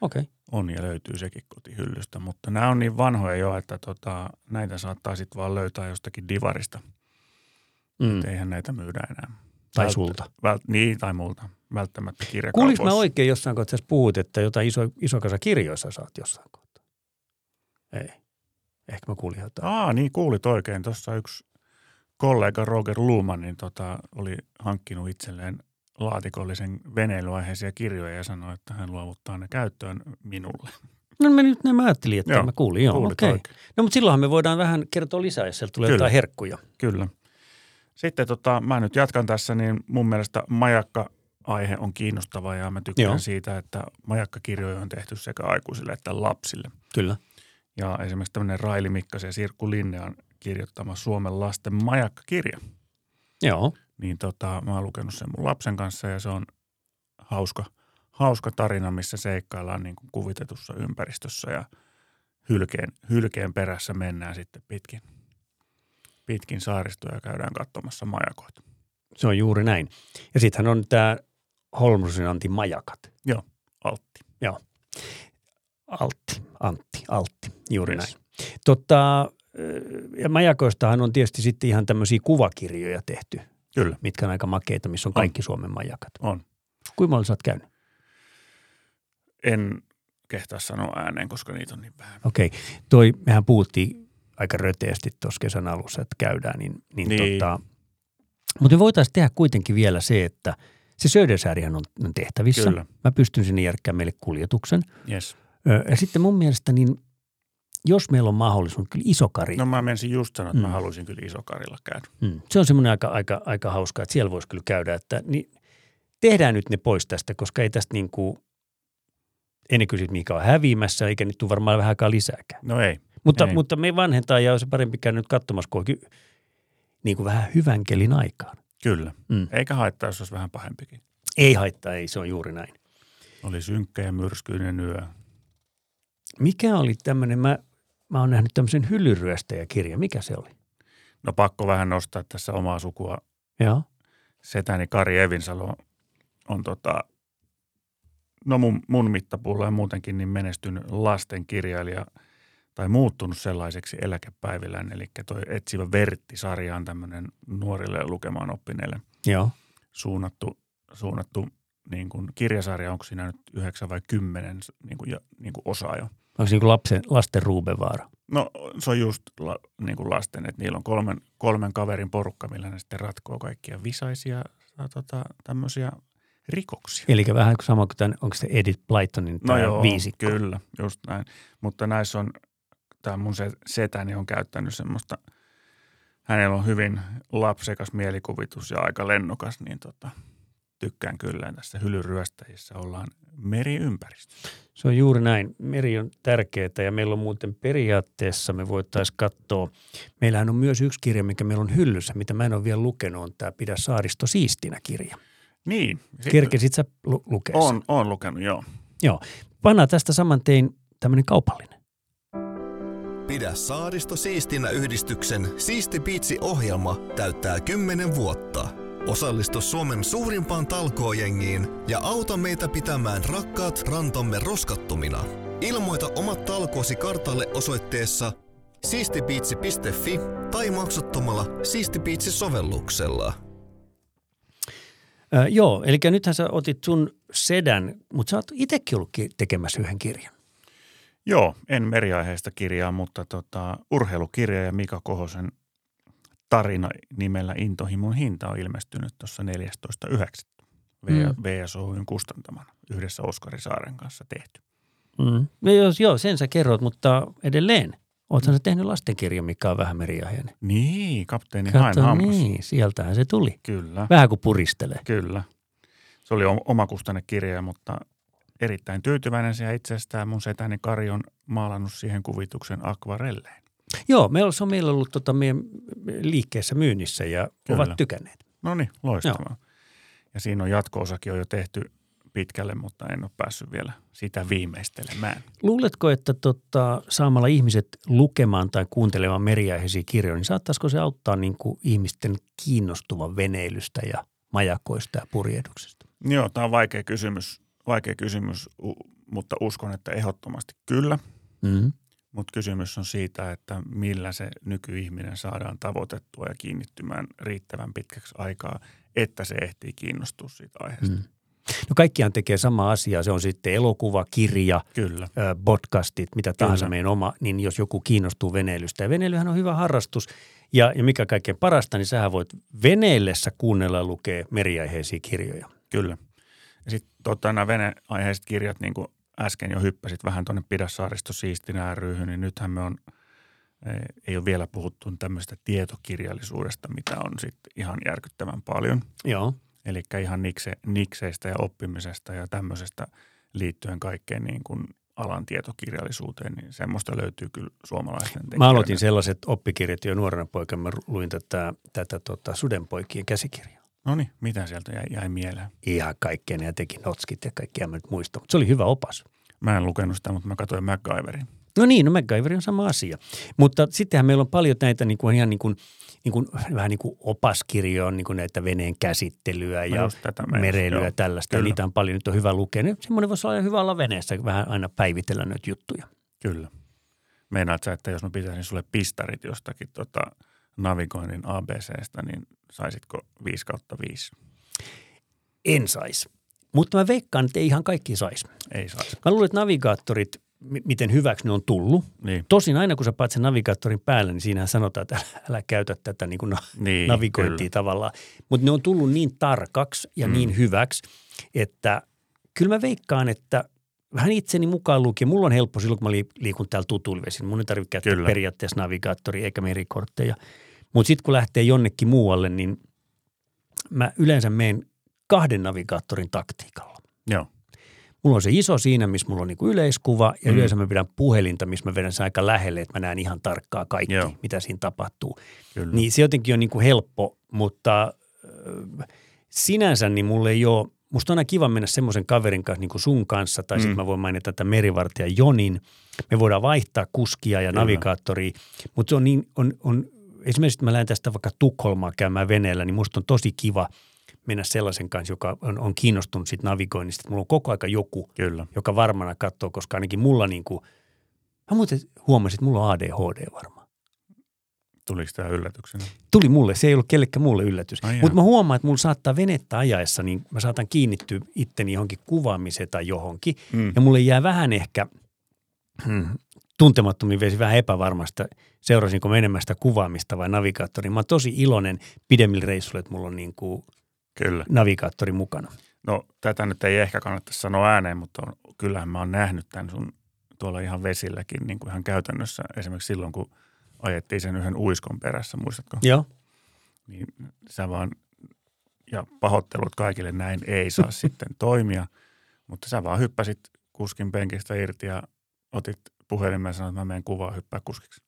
Speaker 2: Okei. Okay.
Speaker 3: On ja löytyy sekin kotihyllystä, mutta nämä on niin vanhoja jo, että tota, näitä saattaa sitten vaan löytää jostakin divarista.
Speaker 2: Mm.
Speaker 3: Mm. Eihän näitä myydä enää.
Speaker 2: Tai
Speaker 3: Vält-
Speaker 2: sulta.
Speaker 3: Vält, niin, tai multa. Välttämättä kirjakaupoissa.
Speaker 2: Kuuliko mä oikein jossain kohtaa, että sä puhut, että jotain iso, iso kasa kirjoissa saat jossain kohtaa? Ei. Ehkä mä kuulin jotain.
Speaker 3: Aa, niin kuulit oikein. Tuossa yksi kollega Roger Luuman niin tota, oli hankkinut itselleen laatikollisen veneilyaiheisia kirjoja ja sanoi, että hän luovuttaa ne käyttöön minulle.
Speaker 2: No mä nyt nämä ajattelin, että joo,
Speaker 3: Joo,
Speaker 2: mä kuulin, joo,
Speaker 3: Kuulit
Speaker 2: okei.
Speaker 3: oikein.
Speaker 2: No mutta silloinhan me voidaan vähän kertoa lisää, jos sieltä tulee
Speaker 3: Kyllä.
Speaker 2: jotain herkkuja.
Speaker 3: Kyllä. Sitten tota, mä nyt jatkan tässä, niin mun mielestä majakka-aihe on kiinnostava ja mä tykkään
Speaker 2: Joo.
Speaker 3: Joo. siitä, että majakkakirjoja on tehty sekä aikuisille että lapsille.
Speaker 2: Kyllä.
Speaker 3: Ja esimerkiksi tämmöinen Raili Mikkasen ja Sirkku Linnean kirjoittama Suomen lasten majakkakirja.
Speaker 2: Joo,
Speaker 3: Niin tota, mä oon lukenut sen mun lapsen kanssa ja se on hauska, hauska tarina, missä seikkaillaan niin kuin kuvitetussa ympäristössä ja hylkeen, hylkeen perässä mennään sitten pitkin, pitkin saaristoja ja käydään katsomassa majakoita.
Speaker 2: se on juuri näin. Ja sittenhän on tämä Holmrosin Antti Majakat.
Speaker 3: Altti.
Speaker 2: Altti, Antti, Altti, juuri
Speaker 3: Yes.
Speaker 2: näin. Totta, ö, ja majakoistahan on tietysti sitten ihan tämmöisiä kuvakirjoja tehty,
Speaker 3: Kyllä,
Speaker 2: mitkä on aika makeita, missä on kaikki Suomen majakat.
Speaker 3: on.
Speaker 2: Kuinka paljon sä oot käynyt?
Speaker 3: En kehtaa sanoa ääneen, koska niitä on niin vähän.
Speaker 2: Okei, toi, mehän puhuttiin aika röteästi tuossa kesän alussa, että käydään, niin, niin, niin.
Speaker 3: Niin.
Speaker 2: Tota, mutta me voitaisiin tehdä kuitenkin vielä se, että se Södersäärihän on, on tehtävissä.
Speaker 3: Kyllä,
Speaker 2: Mä pystyn sinne järkkään meille kuljetuksen.
Speaker 3: yes.
Speaker 2: Ö, Ja sitten mun mielestä, niin jos meillä on mahdollisuus, kyllä isokari, no.
Speaker 3: No mä menisin just sanoa, että mä
Speaker 2: Mm.
Speaker 3: haluaisin kyllä isokarilla käydä.
Speaker 2: mm, se on semmoinen aika, aika, aika hauska, että siellä voisi kyllä käydä, että niin, tehdään nyt ne pois tästä, koska ei tästä niin kuin, ennen kuin siitä mikä on häviämässä, eikä nyt tule varmaan vähän aikaa lisääkään.
Speaker 3: No ei,
Speaker 2: Mutta,
Speaker 3: Ei.
Speaker 2: mutta me vanhentaan ja olisi parempi käydä nyt katsomassa, kun onkin niin kuin vähän hyvän kelin aikaan.
Speaker 3: kyllä.
Speaker 2: Mm.
Speaker 3: Eikä haittaa, jos olisi vähän pahempikin.
Speaker 2: Ei haittaa, ei, se on juuri näin.
Speaker 3: Oli synkkä ja myrskyinen yö.
Speaker 2: Mikä oli tämmöinen, mä, mä oon nähnyt tämmöisen hyllyryöstäjäkirjan, mikä se oli?
Speaker 3: No pakko vähän nostaa tässä omaa sukua.
Speaker 2: Joo.
Speaker 3: Setäni Kari Evinsalo on tota, no mun, mun mittapuulla ja muutenkin niin menestynyt lastenkirjailija tai muuttunut sellaiseksi eläkepäivillään. Eli toi Etsivä Vertti-sarja on tämmöinen nuorille lukemaan oppineille
Speaker 2: Joo.
Speaker 3: suunnattu, suunnattu niin kuin kirjasarja. Onko siinä nyt yhdeksän vai kymmenen niin kuin, ja, niin kuin osaa jo?
Speaker 2: Onko se niin kuin lapsen, lasten ruubevaara?
Speaker 3: No se on just la, niin kuin lasten, että niillä on kolmen, kolmen kaverin porukka, millä ne sitten ratkoo kaikkia visaisia ää, tota, tämmöisiä rikoksia.
Speaker 2: Eli vähän kuin sama kuin tämän, onko se Edith Blytonin tämä viisikko?
Speaker 3: No kyllä, just näin. Mutta näissä on, tämä mun se- setäni on käyttänyt semmoista, hänellä on hyvin lapsekas mielikuvitus ja aika lennokas, niin tota, tykkään kyllä tässä hylyryöstäjissä ollaan meriympäristö.
Speaker 2: Se on juuri näin. Meri on tärkeää ja meillä on muuten periaatteessa, me voitaisiin katsoa. Meillähän on myös yksi kirja, mikä meillä on hyllyssä, mitä mä en ole vielä lukenut, on tämä Pidä saaristo siistinä kirja.
Speaker 3: Niin. sit-
Speaker 2: Kerkesit sä lu- lukea sen?
Speaker 3: on, on lukenut, joo.
Speaker 2: Pannaan tästä saman tein tämmöinen kaupallinen.
Speaker 1: Pidä saaristo siistinä yhdistyksen Siisti Piitsi ohjelma täyttää 10 vuotta. Osallistu Suomen suurimpaan talkoojengiin ja auta meitä pitämään rakkaat rantamme roskattomina. Ilmoita omat talkoosi kartalle osoitteessa siistipiitsi.fi tai maksuttomalla Siistipiitsi-sovelluksella.
Speaker 2: Ö, joo, eli nythän sä otit sun sedän, mutta sä oot itsekin ollut ki- tekemässä yhden kirjan.
Speaker 3: Joo, en meriaiheesta kirjaa, mutta tota, urheilukirja ja Mika Kohosen tarina nimellä Intohimon hinta on ilmestynyt tuossa 14.9.
Speaker 2: Mm.
Speaker 3: Mm. VSOYn kustantamana yhdessä Oskari Saaren kanssa tehty.
Speaker 2: Mm. No jos, joo, sen sä kerrot, mutta edelleen. Oothan sä
Speaker 3: Mm.
Speaker 2: tehnyt lastenkirjan, mikä on vähän meriaiheinen.
Speaker 3: Niin, kapteeni Hain
Speaker 2: Kato,
Speaker 3: hammas.
Speaker 2: niin, sieltähän se tuli.
Speaker 3: Kyllä,
Speaker 2: Vähän kuin puristelee.
Speaker 3: kyllä. Se oli o- omakustanne kirja, mutta erittäin tyytyväinen se ja itse asiassa tää mun setäni Kari on maalannut siihen kuvituksen akvarelleen.
Speaker 2: Joo, meillä, se on meillä ollut tota meidän liikkeessä myynnissä ja Kyllä.
Speaker 3: Kyllä.
Speaker 2: ovat tykänneet.
Speaker 3: No niin, loistavaa. Ja siinä on jatko-osakin on jo tehty pitkälle, mutta en ole päässyt vielä sitä viimeistelemään.
Speaker 2: Luuletko, että tota, saamalla ihmiset lukemaan tai kuuntelemaan meriaiheisiä kirjoja, niin saattaisiko se auttaa niin kuin ihmisten kiinnostuvan veneilystä ja majakoista ja purjehduksesta?
Speaker 3: Joo, tämä on vaikea kysymys, vaikea kysymys u- mutta uskon, että ehdottomasti kyllä.
Speaker 2: Mm.
Speaker 3: Mutta kysymys on siitä, että millä se nykyihminen saadaan tavoitettua ja kiinnittymään riittävän pitkäksi aikaa, että se ehtii kiinnostua siitä aiheesta.
Speaker 2: Mm.
Speaker 3: Mm.
Speaker 2: No kaikkiaan tekee samaa asiaa. Se on sitten elokuva, kirja,
Speaker 3: Kyllä,
Speaker 2: ö, podcastit, mitä tahansa
Speaker 3: Kyllä.
Speaker 2: meidän oma, niin jos joku kiinnostuu veneilystä. Ja veneilyhän on hyvä harrastus. Ja, ja mikä kaikkein parasta, niin sähän voit veneillessä kuunnella ja lukea meriaiheisia kirjoja.
Speaker 3: Kyllä. Ja sitten tota, nämä veneaiheiset kirjat, niin kuin äsken jo hyppäsit vähän tuonne Pidä saaristo siistinä ryhyn, niin nythän me on, eh, ei ole vielä puhuttu tämmöistä tietokirjallisuudesta, mitä on sitten ihan järkyttävän paljon.
Speaker 2: Joo.
Speaker 3: Eli ihan nikse, nikseistä ja oppimisesta ja tämmöisestä liittyen kaikkeen niin kuin alan tietokirjallisuuteen, niin semmoista löytyy kyllä suomalaisten
Speaker 2: Mä aloitin sellaiset oppikirjat jo nuorena poikana. Mä luin tätä, tätä tota, sudenpoikien käsikirjaa.
Speaker 3: No niin, mitä sieltä jäi, jäi mieleen?
Speaker 2: Ihan kaikkea ne ja teki notskit ja kaikkia mä nyt muistan. Mutta se oli hyvä opas.
Speaker 3: Mä en lukenut sitä, mutta mä katsoin MacGyverin.
Speaker 2: No niin, no MacGyver on sama asia. Mutta sittenhän meillä on paljon näitä niin kuin, ihan niin kuin, niin kuin, vähän niin kuin opaskirjoja, on niin kuin näitä veneen käsittelyä
Speaker 3: Mä
Speaker 2: ja
Speaker 3: No just tätä meinasin,
Speaker 2: mereilyä
Speaker 3: joo.
Speaker 2: ja tällaista. Ja
Speaker 3: Kyllä.
Speaker 2: niitä on paljon, nyt on hyvä lukea. Niin Semmoinen voisi olla hyvä olla veneessä, vähän aina päivitellä näitä juttuja.
Speaker 3: Kyllä. Meinaat sä, että jos mä pitäisin sulle pistarit jostakin tota, navigoinnin ABCstä, niin saisitko 5 kautta 5?
Speaker 2: En saisi. Mutta mä veikkaan, että ei ihan kaikki saisi.
Speaker 3: Ei saisi.
Speaker 2: Mä luulen, että navigaattorit, m- miten hyväksi ne on tullut.
Speaker 3: Niin.
Speaker 2: Tosin aina kun sä paat sen navigaattorin päälle, niin siinähän sanotaan, että älä, älä käytä tätä niin kuin na-
Speaker 3: Niin,
Speaker 2: navigointia
Speaker 3: kyllä.
Speaker 2: tavallaan. Mutta ne on tullut niin tarkaksi ja mm. niin hyväksi, että kyllä mä veikkaan, että vähän itseni mukaan lukien, mulla on helppo silloin, kun mä li- liikun täällä tutuilla vesillä. Mun ei tarvitse käyttää
Speaker 3: Kyllä.
Speaker 2: periaatteessa navigaattoria eikä merikortteja. Mutta sitten kun lähtee jonnekin muualle, niin mä yleensä menen kahden navigaattorin taktiikalla.
Speaker 3: Joo,
Speaker 2: Mulla on se iso siinä, missä mulla on niinku yleiskuva ja
Speaker 3: Mm.
Speaker 2: mm. yleensä mä pidän puhelinta, missä mä vedän sen aika lähelle, että mä näen ihan tarkkaa kaikki,
Speaker 3: Joo.
Speaker 2: Joo. mitä siinä tapahtuu.
Speaker 3: kyllä.
Speaker 2: Niin se jotenkin on niinku helppo, mutta äh, sinänsä niin mulla ei ole, musta on aina kiva mennä semmoisen kaverin kanssa niin kuin sun kanssa, tai mm.
Speaker 3: Mm.
Speaker 2: sitten mä voin mainita tätä merivartija Jonin. Me voidaan vaihtaa kuskia ja
Speaker 3: Kyllä.
Speaker 2: navigaattoria, mutta se on niin, on, on, esimerkiksi että mä lähden tästä vaikka Tukholmaa käymään veneellä, niin musta on tosi kiva mennä sellaisen kanssa, joka on, on kiinnostunut siitä navigoinnista. että Mulla on koko aika joku,
Speaker 3: Kyllä.
Speaker 2: joka varmana katsoo, koska ainakin mulla niin kuin, mä muuten huomasin, että mulla on ADHD varmaan
Speaker 3: Tuliko tämä yllätyksenä?
Speaker 2: tuli mulle, se ei ollut kellekään muulle yllätys.
Speaker 3: Ai jaa.
Speaker 2: Mutta mä huomaan, että mulla saattaa venettä ajaessa, niin mä saatan kiinnittyä itteni johonkin kuvaamiseen tai johonkin.
Speaker 3: Mm.
Speaker 2: Ja mulle jää vähän ehkä hmm, tuntemattomin vesi vähän epävarmasta, seurasinko mä enemmän sitä kuvaamista vai navigaattori. Mä oon tosi iloinen pidemmillä reissuilla, että mulla on niin kuin
Speaker 3: Kyllä.
Speaker 2: navigaattori mukana.
Speaker 3: No tätä nyt ei ehkä kannattaisi sanoa ääneen, mutta on, kyllähän mä oon nähnyt tämän sun tuolla ihan vesilläkin niin kuin ihan käytännössä. Esimerkiksi silloin, kun ajettiin sen yhden uiskon perässä, muistatko?
Speaker 2: Joo.
Speaker 3: niin sä vaan, ja pahoittelut kaikille, näin ei saa sitten toimia, mutta sä vaan hyppäsit kuskin penkistä irti ja otit puhelimen ja sanoit, että mä menen kuvaa hyppää kuskiksi.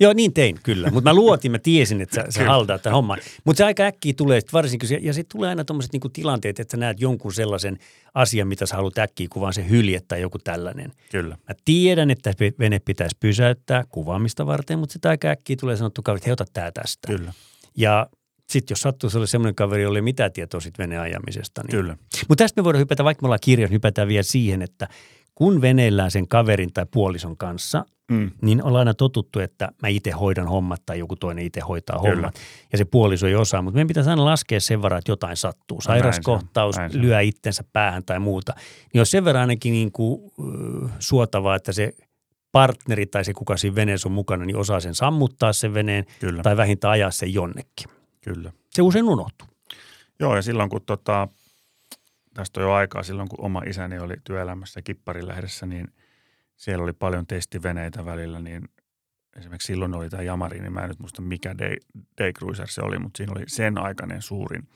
Speaker 2: Joo, niin tein kyllä, mutta mä luotin, mä tiesin, että sä, sä haldaat tämän homman. Mutta se aika äkkiä tulee, sit varsinkin, se- ja sitten tulee aina tuommoiset niinku tilanteet, että sä näet jonkun sellaisen asian, mitä sä haluat äkkiä, kun vaan se hylje tai joku tällainen.
Speaker 3: Kyllä,
Speaker 2: Mä tiedän, että pe- vene pitäisi pysäyttää kuvaamista varten, mutta sitä aika äkkiä tulee sanottu kaveri, että he ota tää tästä.
Speaker 3: kyllä,
Speaker 2: Ja sitten jos sattuu se oli semmoinen kaveri, jolla ei ole mitään tietoa siitä veneen ajamisesta. Niin.
Speaker 3: kyllä,
Speaker 2: Mutta tästä me voidaan hypätä, vaikka me ollaan kirjassa, hypätään vielä siihen, että kun veneillään sen kaverin tai puolison kanssa,
Speaker 3: mm,
Speaker 2: niin ollaan aina totuttu, että mä itse hoidan hommat tai joku toinen itse hoitaa
Speaker 3: Kyllä.
Speaker 2: hommat. Ja se puoliso ei osaa, mutta meidän pitäisi aina laskea sen verran, että jotain sattuu.
Speaker 3: näin se on,
Speaker 2: Sairaskohtaus,
Speaker 3: näin se on.
Speaker 2: lyö itsensä päähän tai muuta. Niin on sen verran ainakin niin kuin, äh, suotavaa, että se partneri tai se kuka siinä veneessä on mukana, niin osaa sen sammuttaa sen veneen
Speaker 3: kyllä,
Speaker 2: tai vähintään ajaa sen jonnekin.
Speaker 3: kyllä.
Speaker 2: Se usein unohtuu.
Speaker 3: Joo, ja silloin kun tota, tästä on jo aikaa, silloin kun oma isäni oli työelämässä kipparilähdessä, niin siellä oli paljon testiveneitä välillä, niin esimerkiksi silloin oli tämä Jamari, niin mä en nyt muista mikä day, day Cruiser se oli, mutta siinä oli sen aikainen suurin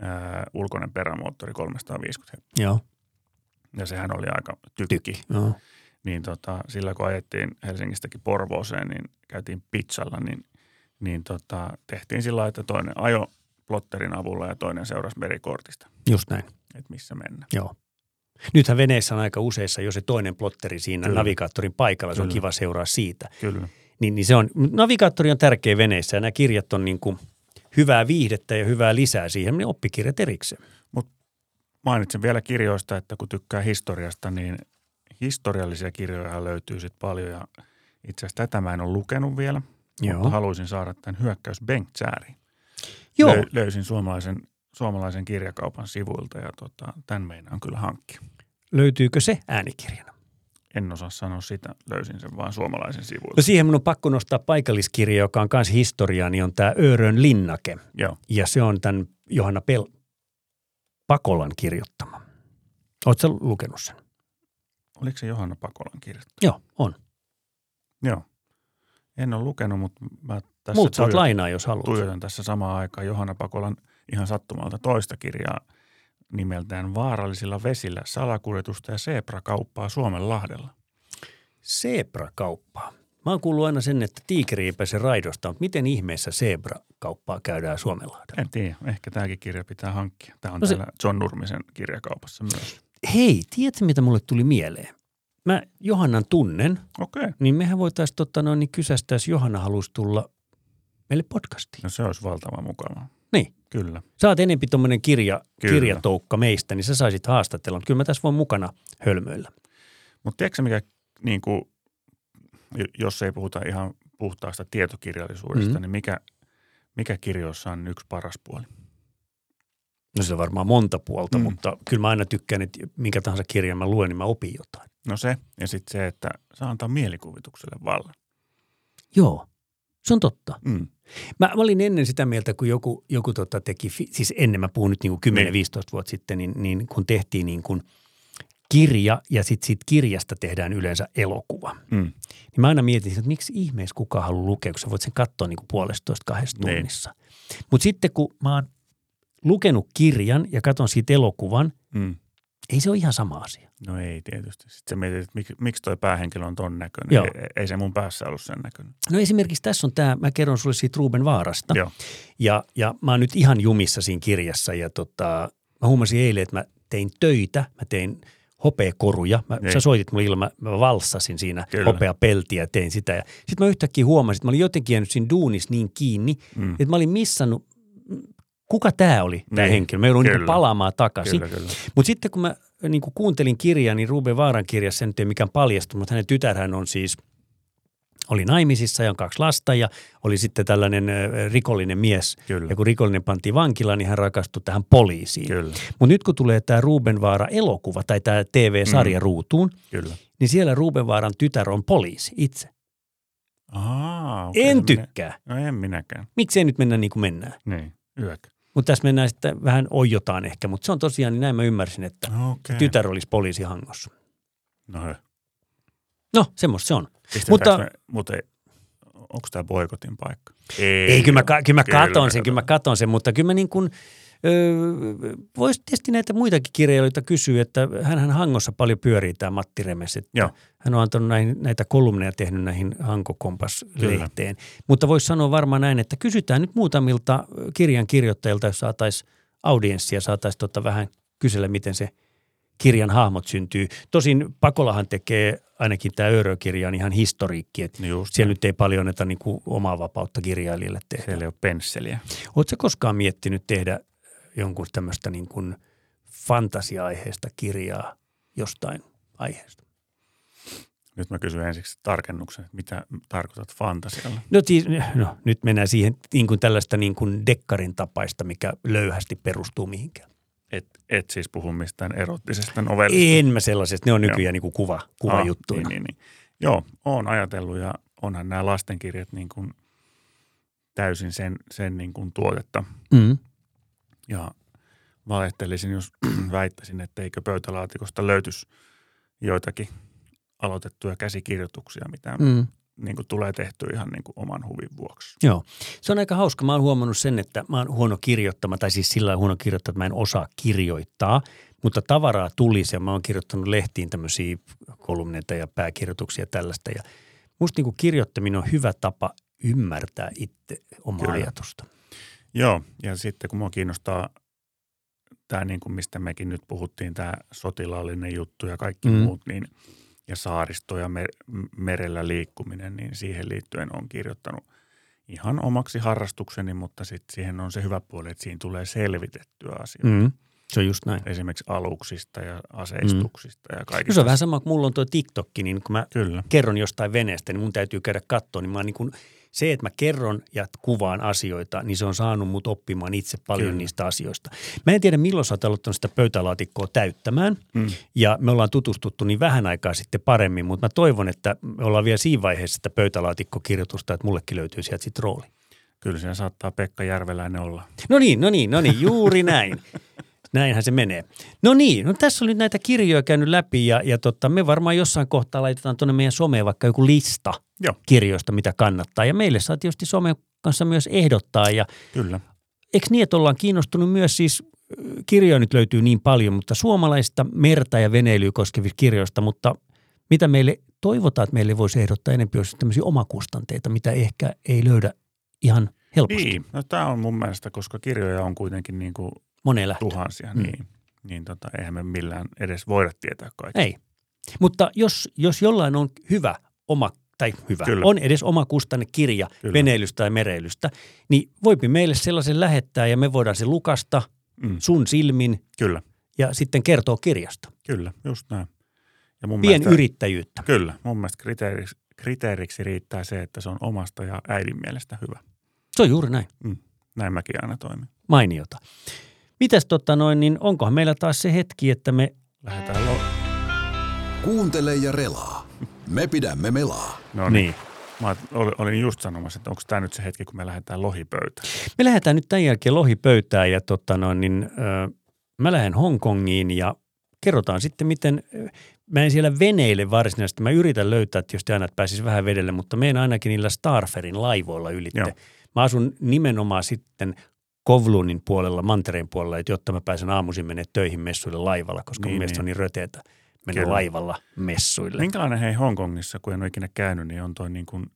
Speaker 3: ää, ulkoinen perämoottori 350 heppiä.
Speaker 2: Joo.
Speaker 3: ja sehän oli aika tykki.
Speaker 2: Tykki. Joo.
Speaker 3: Niin tota, sillä kun ajettiin Helsingistäkin Porvooseen, niin käytiin pizzalla, niin, niin tota, tehtiin sillä lailla, että toinen ajo plotterin avulla ja toinen seurasi merikortista,
Speaker 2: Just näin.
Speaker 3: että missä mennä.
Speaker 2: Joo. Nythän veneessä on aika useissa jo se toinen plotteri siinä
Speaker 3: Kyllä.
Speaker 2: navigaattorin paikalla. Se on
Speaker 3: Kyllä.
Speaker 2: kiva seuraa siitä.
Speaker 3: Kyllä,
Speaker 2: Niin, niin se on, navigaattori on tärkeä veneissä ja nämä kirjat on niin kuin hyvää viihdettä ja hyvää lisää siihen, ne oppikirjat erikseen.
Speaker 3: mainitsen vielä kirjoista, että kun tykkää historiasta, niin historiallisia kirjoja löytyy sitten paljon ja itse asiassa tätä mä en ole lukenut vielä, mutta haluaisin saada tämän hyökkäys Bengtsääriin.
Speaker 2: Joo,
Speaker 3: Löy- löysin suomalaisen, suomalaisen kirjakaupan sivuilta ja tota, tämän meinaan kyllä hankkia.
Speaker 2: löytyykö se äänikirjana?
Speaker 3: En osaa sanoa sitä, löysin sen vaan suomalaisen sivuilta.
Speaker 2: No siihen mun on pakko nostaa paikalliskirja, joka on myös historiaa, niin on tämä Öörön linnake.
Speaker 3: Joo,
Speaker 2: Ja se on tämän Johanna Pel- Pakolan kirjoittama. Oletko lukenut sen?
Speaker 3: Oliko se Johanna Pakolan kirja?
Speaker 2: Joo, on.
Speaker 3: Joo. En ole lukenut, mutta mä tässä
Speaker 2: Muut saat
Speaker 3: tuijot-
Speaker 2: lainaa, jos haluat.
Speaker 3: tuijotan tässä samaan aikaan Johanna Pakolan ihan sattumalta toista kirjaa nimeltään Vaarallisilla vesillä salakuljetusta ja seeprakauppaa Suomen lahdella.
Speaker 2: Sebrakauppaa. Mä oon kuullut aina sen, että tiikeri ei pääse raidosta, mutta miten ihmeessä sebrakauppaa käydään Suomenlahdella?
Speaker 3: En tiedä, ehkä tämäkin kirja pitää hankkia. Tämä on
Speaker 2: No
Speaker 3: no
Speaker 2: se-
Speaker 3: se... täällä John Nurmisen kirjakaupassa myös.
Speaker 2: Hei, tiedätkö mitä mulle tuli mieleen? Mä Johannan tunnen,
Speaker 3: Okei, okay.
Speaker 2: niin mehän voitaisiin tota noin, niin kysästä, jos Johanna halusi tulla meille podcastiin.
Speaker 3: no se olisi valtavan mukava.
Speaker 2: Niin.
Speaker 3: Kyllä.
Speaker 2: Sä oot enempi tuommoinen kirja,
Speaker 3: Kyllä.
Speaker 2: kirjatoukka meistä, niin sä saisit haastatella. Mutta Kyllä mä tässä voin mukana hölmöillä.
Speaker 3: Mutta tiedätkö sä, mikä, niin kuin, jos ei puhuta ihan puhtaasta tietokirjallisuudesta,
Speaker 2: Mhm.
Speaker 3: mm-hmm. niin mikä, mikä kirjoissa on yksi paras puoli?
Speaker 2: No se on varmaan monta puolta, mm.
Speaker 3: Mm.
Speaker 2: mutta kyllä mä aina tykkään, että minkä tahansa kirjan mä luen, niin mä opin jotain.
Speaker 3: No se, ja sitten se, että saa antaa mielikuvitukselle vallan.
Speaker 2: Joo, se on totta.
Speaker 3: Mm.
Speaker 2: Mä, mä olin ennen sitä mieltä, kun joku, joku tota teki, fi- siis ennen mä puhun nyt niin 10-15
Speaker 3: Niin.
Speaker 2: vuotta sitten, niin, niin kun tehtiin niin kuin kirja ja sitten siitä kirjasta tehdään yleensä elokuva.
Speaker 3: Mm.
Speaker 2: Niin mä aina mietin, että miksi ihmeessä kukaan haluaa lukea, kun sä voit sen katsoa niin kuin puolestoista kahdessa
Speaker 3: Niin.
Speaker 2: tunnissa. Mutta sitten kun mä oon lukenut kirjan ja katson siitä elokuvan,
Speaker 3: Mm.
Speaker 2: ei se ole ihan sama asia.
Speaker 3: No ei tietysti. Sitten sä mietit, että miksi, miksi toi päähenkilö on ton näköinen.
Speaker 2: Joo.
Speaker 3: Ei, ei se mun päässä ollut sen näköinen.
Speaker 2: No esimerkiksi tässä on tämä, mä kerron sulle siitä Ruben Vaarasta.
Speaker 3: Joo.
Speaker 2: Ja, ja mä oon nyt ihan jumissa siinä kirjassa ja tota, mä huomasin eilen, että mä tein töitä, mä tein hopeakoruja. Mä,
Speaker 3: Niin.
Speaker 2: sä soitit mulle ilman, mä valssasin siinä
Speaker 3: Kyllä.
Speaker 2: hopeapeltiä ja tein sitä. Sitten mä yhtäkkiä huomasin, että mä olin jotenkin jäänyt siinä duunis niin kiinni,
Speaker 3: Mm.
Speaker 2: että mä olin missannut, kuka tämä oli tämä
Speaker 3: Niin.
Speaker 2: henkilö. Mä joudun niin
Speaker 3: Kyllä.
Speaker 2: palaamaan takaisin.
Speaker 3: Kyllä, kyllä.
Speaker 2: Mutta sitten kun mä niin kuin kuuntelin kirjaa, niin Ruben Vaaran kirjassa, se nyt ei mikään paljastu, mutta hänen tytärhän on siis, oli naimisissa ja on kaksi lasta ja oli sitten tällainen ö, rikollinen mies.
Speaker 3: Kyllä.
Speaker 2: Ja kun rikollinen pantiin vankilaan, niin hän rakastui tähän poliisiin.
Speaker 3: Kyllä,
Speaker 2: Mutta nyt kun tulee tämä Ruben Vaara elokuva tai tämä TV-sarja mm. ruutuun,
Speaker 3: kyllä.
Speaker 2: niin siellä Ruben Vaaran tytär on poliisi itse.
Speaker 3: Aa,
Speaker 2: Okay,
Speaker 3: okei,
Speaker 2: en
Speaker 3: se menee-
Speaker 2: tykkää.
Speaker 3: No en minäkään.
Speaker 2: Miksei nyt mennä niin kuin mennään?
Speaker 3: Niin, yök.
Speaker 2: Mutta tässä mennään sitten vähän oijotaan ehkä, mutta se on tosiaan, niin näin mä ymmärsin, että
Speaker 3: Okei.
Speaker 2: tytär olisi poliisihangossa.
Speaker 3: No hö.
Speaker 2: No, semmoista se on.
Speaker 3: Mutta...
Speaker 2: Mutta-
Speaker 3: Me, mutta ei, onko tämä boikotin paikka? Ei,
Speaker 2: Ei, kyllä mä, ka- kyllä mä
Speaker 3: Niin, Kyllä,
Speaker 2: katon sen,
Speaker 3: katsotaan.
Speaker 2: kyllä mä katon sen, mutta kyllä mä niin kuin, öö, voisi tietysti näitä muitakin kirjailijoita kysyä, että hänhän Hangossa paljon pyörii tämä Matti Remes, että
Speaker 3: Joo.
Speaker 2: hän on antanut näihin, näitä kolumneja tehnyt näihin Hankokompas-lehteen. Mutta voisi sanoa varmaan näin, että kysytään nyt muutamilta kirjan kirjoittajilta, jos saataisiin audienssia, saataisiin tota vähän kysellä, miten se kirjan hahmot syntyy. Tosin Pakolahan tekee ainakin tämä Öörö-kirja on ihan historiikki, että
Speaker 3: No just,
Speaker 2: siellä nyt ei paljon anneta niin kuin omaa vapautta kirjailijalle tehdä.
Speaker 3: siellä ei ole pensseliä.
Speaker 2: Oletko sä koskaan miettinyt tehdä jonkun tämmöistä niin kuin fantasia-aiheesta kirjaa jostain aiheesta?
Speaker 3: Nyt mä kysyn ensiksi tarkennuksen, että mitä tarkoitat fantasialla?
Speaker 2: No, siis, no nyt mennään siihen niin kuin tällaista niin kuin dekkarin tapaista, mikä löyhästi perustuu mihinkään.
Speaker 3: Et, et siis puhu mistään erottisesta novellista.
Speaker 2: En mä sellaisesta, ne on nykyään niin kuin kuva, kuvajuttuina.
Speaker 3: Ah, niin, niin, niin. Joo, oon ajatellut ja onhan nämä lastenkirjat niin kuin täysin sen, sen niin kuin tuotetta.
Speaker 2: Mm.
Speaker 3: Ja valehtelisin, jos väittäisin, että eikö pöytälaatikosta löytyisi joitakin aloitettuja käsikirjoituksia, mitä mm.
Speaker 2: Mm.
Speaker 3: niin kuin tulee tehty ihan niin kuin oman huvin vuoksi.
Speaker 2: Joo. Se on aika hauska. Mä oon huomannut sen, että mä oon huono kirjoittama, tai siis sillä lailla huono kirjoittama, että mä en osaa kirjoittaa, mutta tavaraa tulisi ja mä oon kirjoittanut lehtiin tämmöisiä kolumneita ja pääkirjoituksia ja tällaista. Ja musta niin kirjoittaminen on hyvä tapa ymmärtää itse omaa
Speaker 3: Kyllä.
Speaker 2: Kyllä. ajatusta.
Speaker 3: Joo, ja sitten kun mua kiinnostaa tämä, niin kuin mistä mekin nyt puhuttiin, tämä sotilaallinen juttu ja kaikki
Speaker 2: Mm.
Speaker 3: mm. muut, niin ja saaristo ja mer- m- merellä liikkuminen, niin siihen liittyen on kirjoittanut ihan omaksi harrastukseni, mutta sitten siihen on se hyvä puoli, että siinä tulee selvitettyä asioita.
Speaker 2: Mm. Se on just näin.
Speaker 3: esimerkiksi aluksista ja aseistuksista mm. ja
Speaker 2: No
Speaker 3: kaikista.
Speaker 2: se on vähän sama kuin mulla on tuo TikTok, niin kun mä
Speaker 3: Kyllä,
Speaker 2: kerron jostain veneestä, niin mun täytyy käydä katsoa, niin mä oon niin kun, se, että mä kerron ja kuvaan asioita, niin se on saanut mut oppimaan itse paljon Kyllä.
Speaker 3: Kyllä.
Speaker 2: niistä asioista. Mä en tiedä, milloin sä oot aloittanut sitä pöytälaatikkoa täyttämään,
Speaker 3: Mm.
Speaker 2: ja me ollaan tutustuttu niin vähän aikaa sitten paremmin, mutta mä toivon, että me ollaan vielä siinä vaiheessa sitä pöytälaatikkokirjoitusta, että mullekin löytyy sieltä sitten rooli.
Speaker 3: kyllä siellä saattaa Pekka Järveläinen olla.
Speaker 2: No niin, no niin, no niin, juuri näin. Näinhän se menee. No niin, no tässä on nyt näitä kirjoja käynyt läpi ja, ja tota, me varmaan jossain kohtaa laitetaan tuonne meidän someen vaikka joku lista
Speaker 3: Joo.
Speaker 2: kirjoista, mitä kannattaa. Ja meille saa tietysti somen kanssa myös ehdottaa ja
Speaker 3: Kyllä.
Speaker 2: eikö niin, että ollaan kiinnostunut myös siis, kirjoja nyt löytyy niin paljon, mutta suomalaista merta ja veneilyä koskevista kirjoista, mutta mitä meille toivotaan, että meille voisi ehdottaa enemmän, olisi tämmöisiä omakustanteita, mitä ehkä ei löydä ihan helposti niin.
Speaker 3: Niin, no tämä on mun mielestä, koska kirjoja on kuitenkin niin kuin
Speaker 2: moneen lähtöön.
Speaker 3: tuhansia,
Speaker 2: Mm.
Speaker 3: mm. niin, niin tota, eihän me millään edes voida tietää kaikkea.
Speaker 2: Ei. Mutta jos, jos jollain on hyvä oma, tai hyvä, Kyllä.
Speaker 3: Kyllä.
Speaker 2: on edes oma kustannekirja Kyllä.
Speaker 3: Kyllä.
Speaker 2: veneilystä ja mereilystä, niin voipi meille sellaisen lähettää ja me voidaan se lukasta
Speaker 3: Mm.
Speaker 2: sun silmin
Speaker 3: Kyllä,
Speaker 2: ja sitten kertoo kirjasta.
Speaker 3: kyllä, just näin. Ja mun
Speaker 2: Pien yrittäjyyttä.
Speaker 3: Kyllä, mun mielestä kriteeriksi, kriteeriksi riittää se, että se on omasta ja äidin mielestä hyvä. Mm,
Speaker 2: Se on juuri näin.
Speaker 3: Näin mäkin aina toimin.
Speaker 2: Mainiota. Mitäs tota noin, niin onkohan meillä taas se hetki, että me
Speaker 3: Lähdetään lo-
Speaker 1: Kuuntele ja relaa. Me pidämme melaa.
Speaker 3: no niin. Mä oot- oli- olin just sanomassa, että onko tämä nyt se hetki, kun me lähdetään lohipöytään.
Speaker 2: Me lähdetään nyt tämän jälkeen lohipöytään ja tota noin, niin, ö, mä lähden Hongkongiin ja kerrotaan sitten, miten, ö, mä en siellä veneille varsinaisesti, mä yritän löytää, että jos te aina että pääsis vähän vedelle, mutta menen ainakin niillä Starferin laivoilla ylitte. Joo.
Speaker 3: Joo.
Speaker 2: Mä asun nimenomaan sitten Kovlunin puolella, Mantereen puolella, että jotta mä pääsen aamuisin menee töihin messuille laivalla, koska niin,
Speaker 3: Niin,
Speaker 2: mun mielestä
Speaker 3: niin.
Speaker 2: on niin röteetä mennä
Speaker 3: Kyllä.
Speaker 2: laivalla messuille.
Speaker 3: Minkälainen hei Hongkongissa, kun en ole ikinä käynyt, niin on toi niin kuin,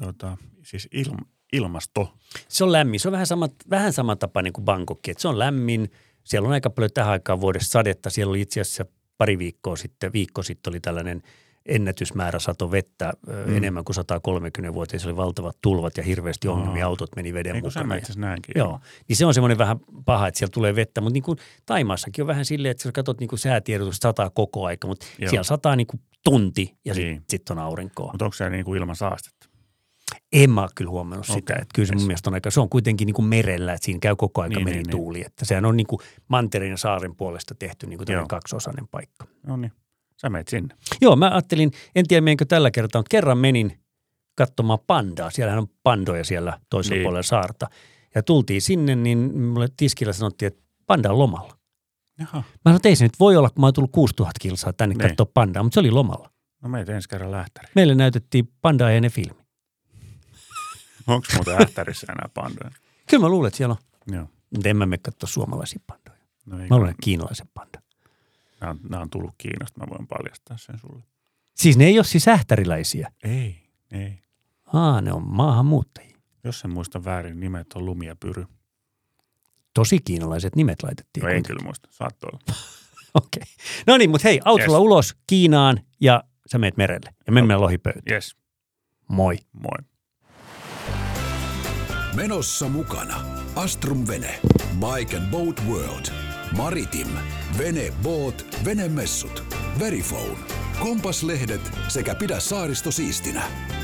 Speaker 3: tota, siis ilma, ilmasto.
Speaker 2: Se on lämmin. Se on vähän, sama, vähän samantapainen kuin Bangkokki. että se on lämmin. Siellä on aika paljon tähän aikaan vuodessa sadetta. Siellä oli itse asiassa pari viikkoa sitten, viikko sitten oli tällainen ennätysmäärä sato vettä mm.
Speaker 3: Mm.
Speaker 2: enemmän kuin 130 vuotta. Ja se oli valtavat tulvat ja hirveästi
Speaker 3: Aa.
Speaker 2: ongelmia. Autot meni veden
Speaker 3: Eikö sä
Speaker 2: mukana.
Speaker 3: mä
Speaker 2: Ja,
Speaker 3: itse asiassa näinkin?
Speaker 2: joo. Niin se on semmoinen vähän paha, että siellä tulee vettä. Mutta niin kuin Taimaassakin on vähän silleen, että sä katsot niin kuin säätiedotusta sataa koko aika. Mutta
Speaker 3: Joo.
Speaker 2: siellä sataa niin kuin tunti ja sitten
Speaker 3: Niin.
Speaker 2: sit on aurinkoa.
Speaker 3: Mutta onko se niin kuin ilman saastetta?
Speaker 2: En mä ole kyllä huomannut okay. sitä,
Speaker 3: Okei,
Speaker 2: että kyllä se mun
Speaker 3: yes.
Speaker 2: mielestä on aika, se on kuitenkin niin kuin merellä, että siinä käy koko aika niin,
Speaker 3: Niin, niin,
Speaker 2: merituuli, niin, että sehän on niin kuin mantereen ja saaren puolesta tehty niin kuin tämmöinen
Speaker 3: Joo.
Speaker 2: kaksiosainen paikka.
Speaker 3: No niin, sä meet sinne.
Speaker 2: Joo, mä ajattelin, en tiedä menenkö tällä kertaa, mutta kerran menin katsomaan pandaa, siellähän on pandoja siellä toisella niin.
Speaker 3: Niin.
Speaker 2: puolella saarta. Ja tultiin sinne, niin mulle tiskillä sanottiin, että panda on lomalla.
Speaker 3: Jaha,
Speaker 2: Mä sanoin, että ei se nyt voi olla, kun mä oon tullut 6000 kilsaa tänne niin.
Speaker 3: Niin.
Speaker 2: katsoa pandaa, mutta se oli lomalla.
Speaker 3: no meet ensi kerran lähtäriin.
Speaker 2: Meille näytettiin pandaa ja ne filmi.
Speaker 3: Onko muuten ähtärissä enää pandoja?
Speaker 2: Kyllä mä luulen, että siellä on.
Speaker 3: Joo.
Speaker 2: Mutta en mä mene katsoa suomalaisia pandoja.
Speaker 3: No ei,
Speaker 2: Mä luulen, että kiinalaisen panda.
Speaker 3: nämä, on, nämä on tullut Kiinasta, mä voin paljastaa sen sulle.
Speaker 2: Siis ne ei ole siis ähtäriläisiä.
Speaker 3: Ei, ei.
Speaker 2: Aa, ne on maahanmuuttajia.
Speaker 3: Jos en muista väärin, nimet on Lumi ja Pyry.
Speaker 2: Tosi kiinalaiset nimet laitettiin.
Speaker 3: No en kyllä muista, saattoi olla.
Speaker 2: Okei. No niin, mutta hei, autolla yes.
Speaker 3: Yes. No.
Speaker 2: ulos Kiinaan ja sä meet merelle. Ja me mennään lohipöytään.
Speaker 3: Jes,
Speaker 2: Moi.
Speaker 3: moi.
Speaker 1: Menossa mukana Astrum Vene, Bike and Boat World, Maritim, Vene Boat, Venemessut, Verifone, Kompaslehdet sekä Pidä saaristo siistinä.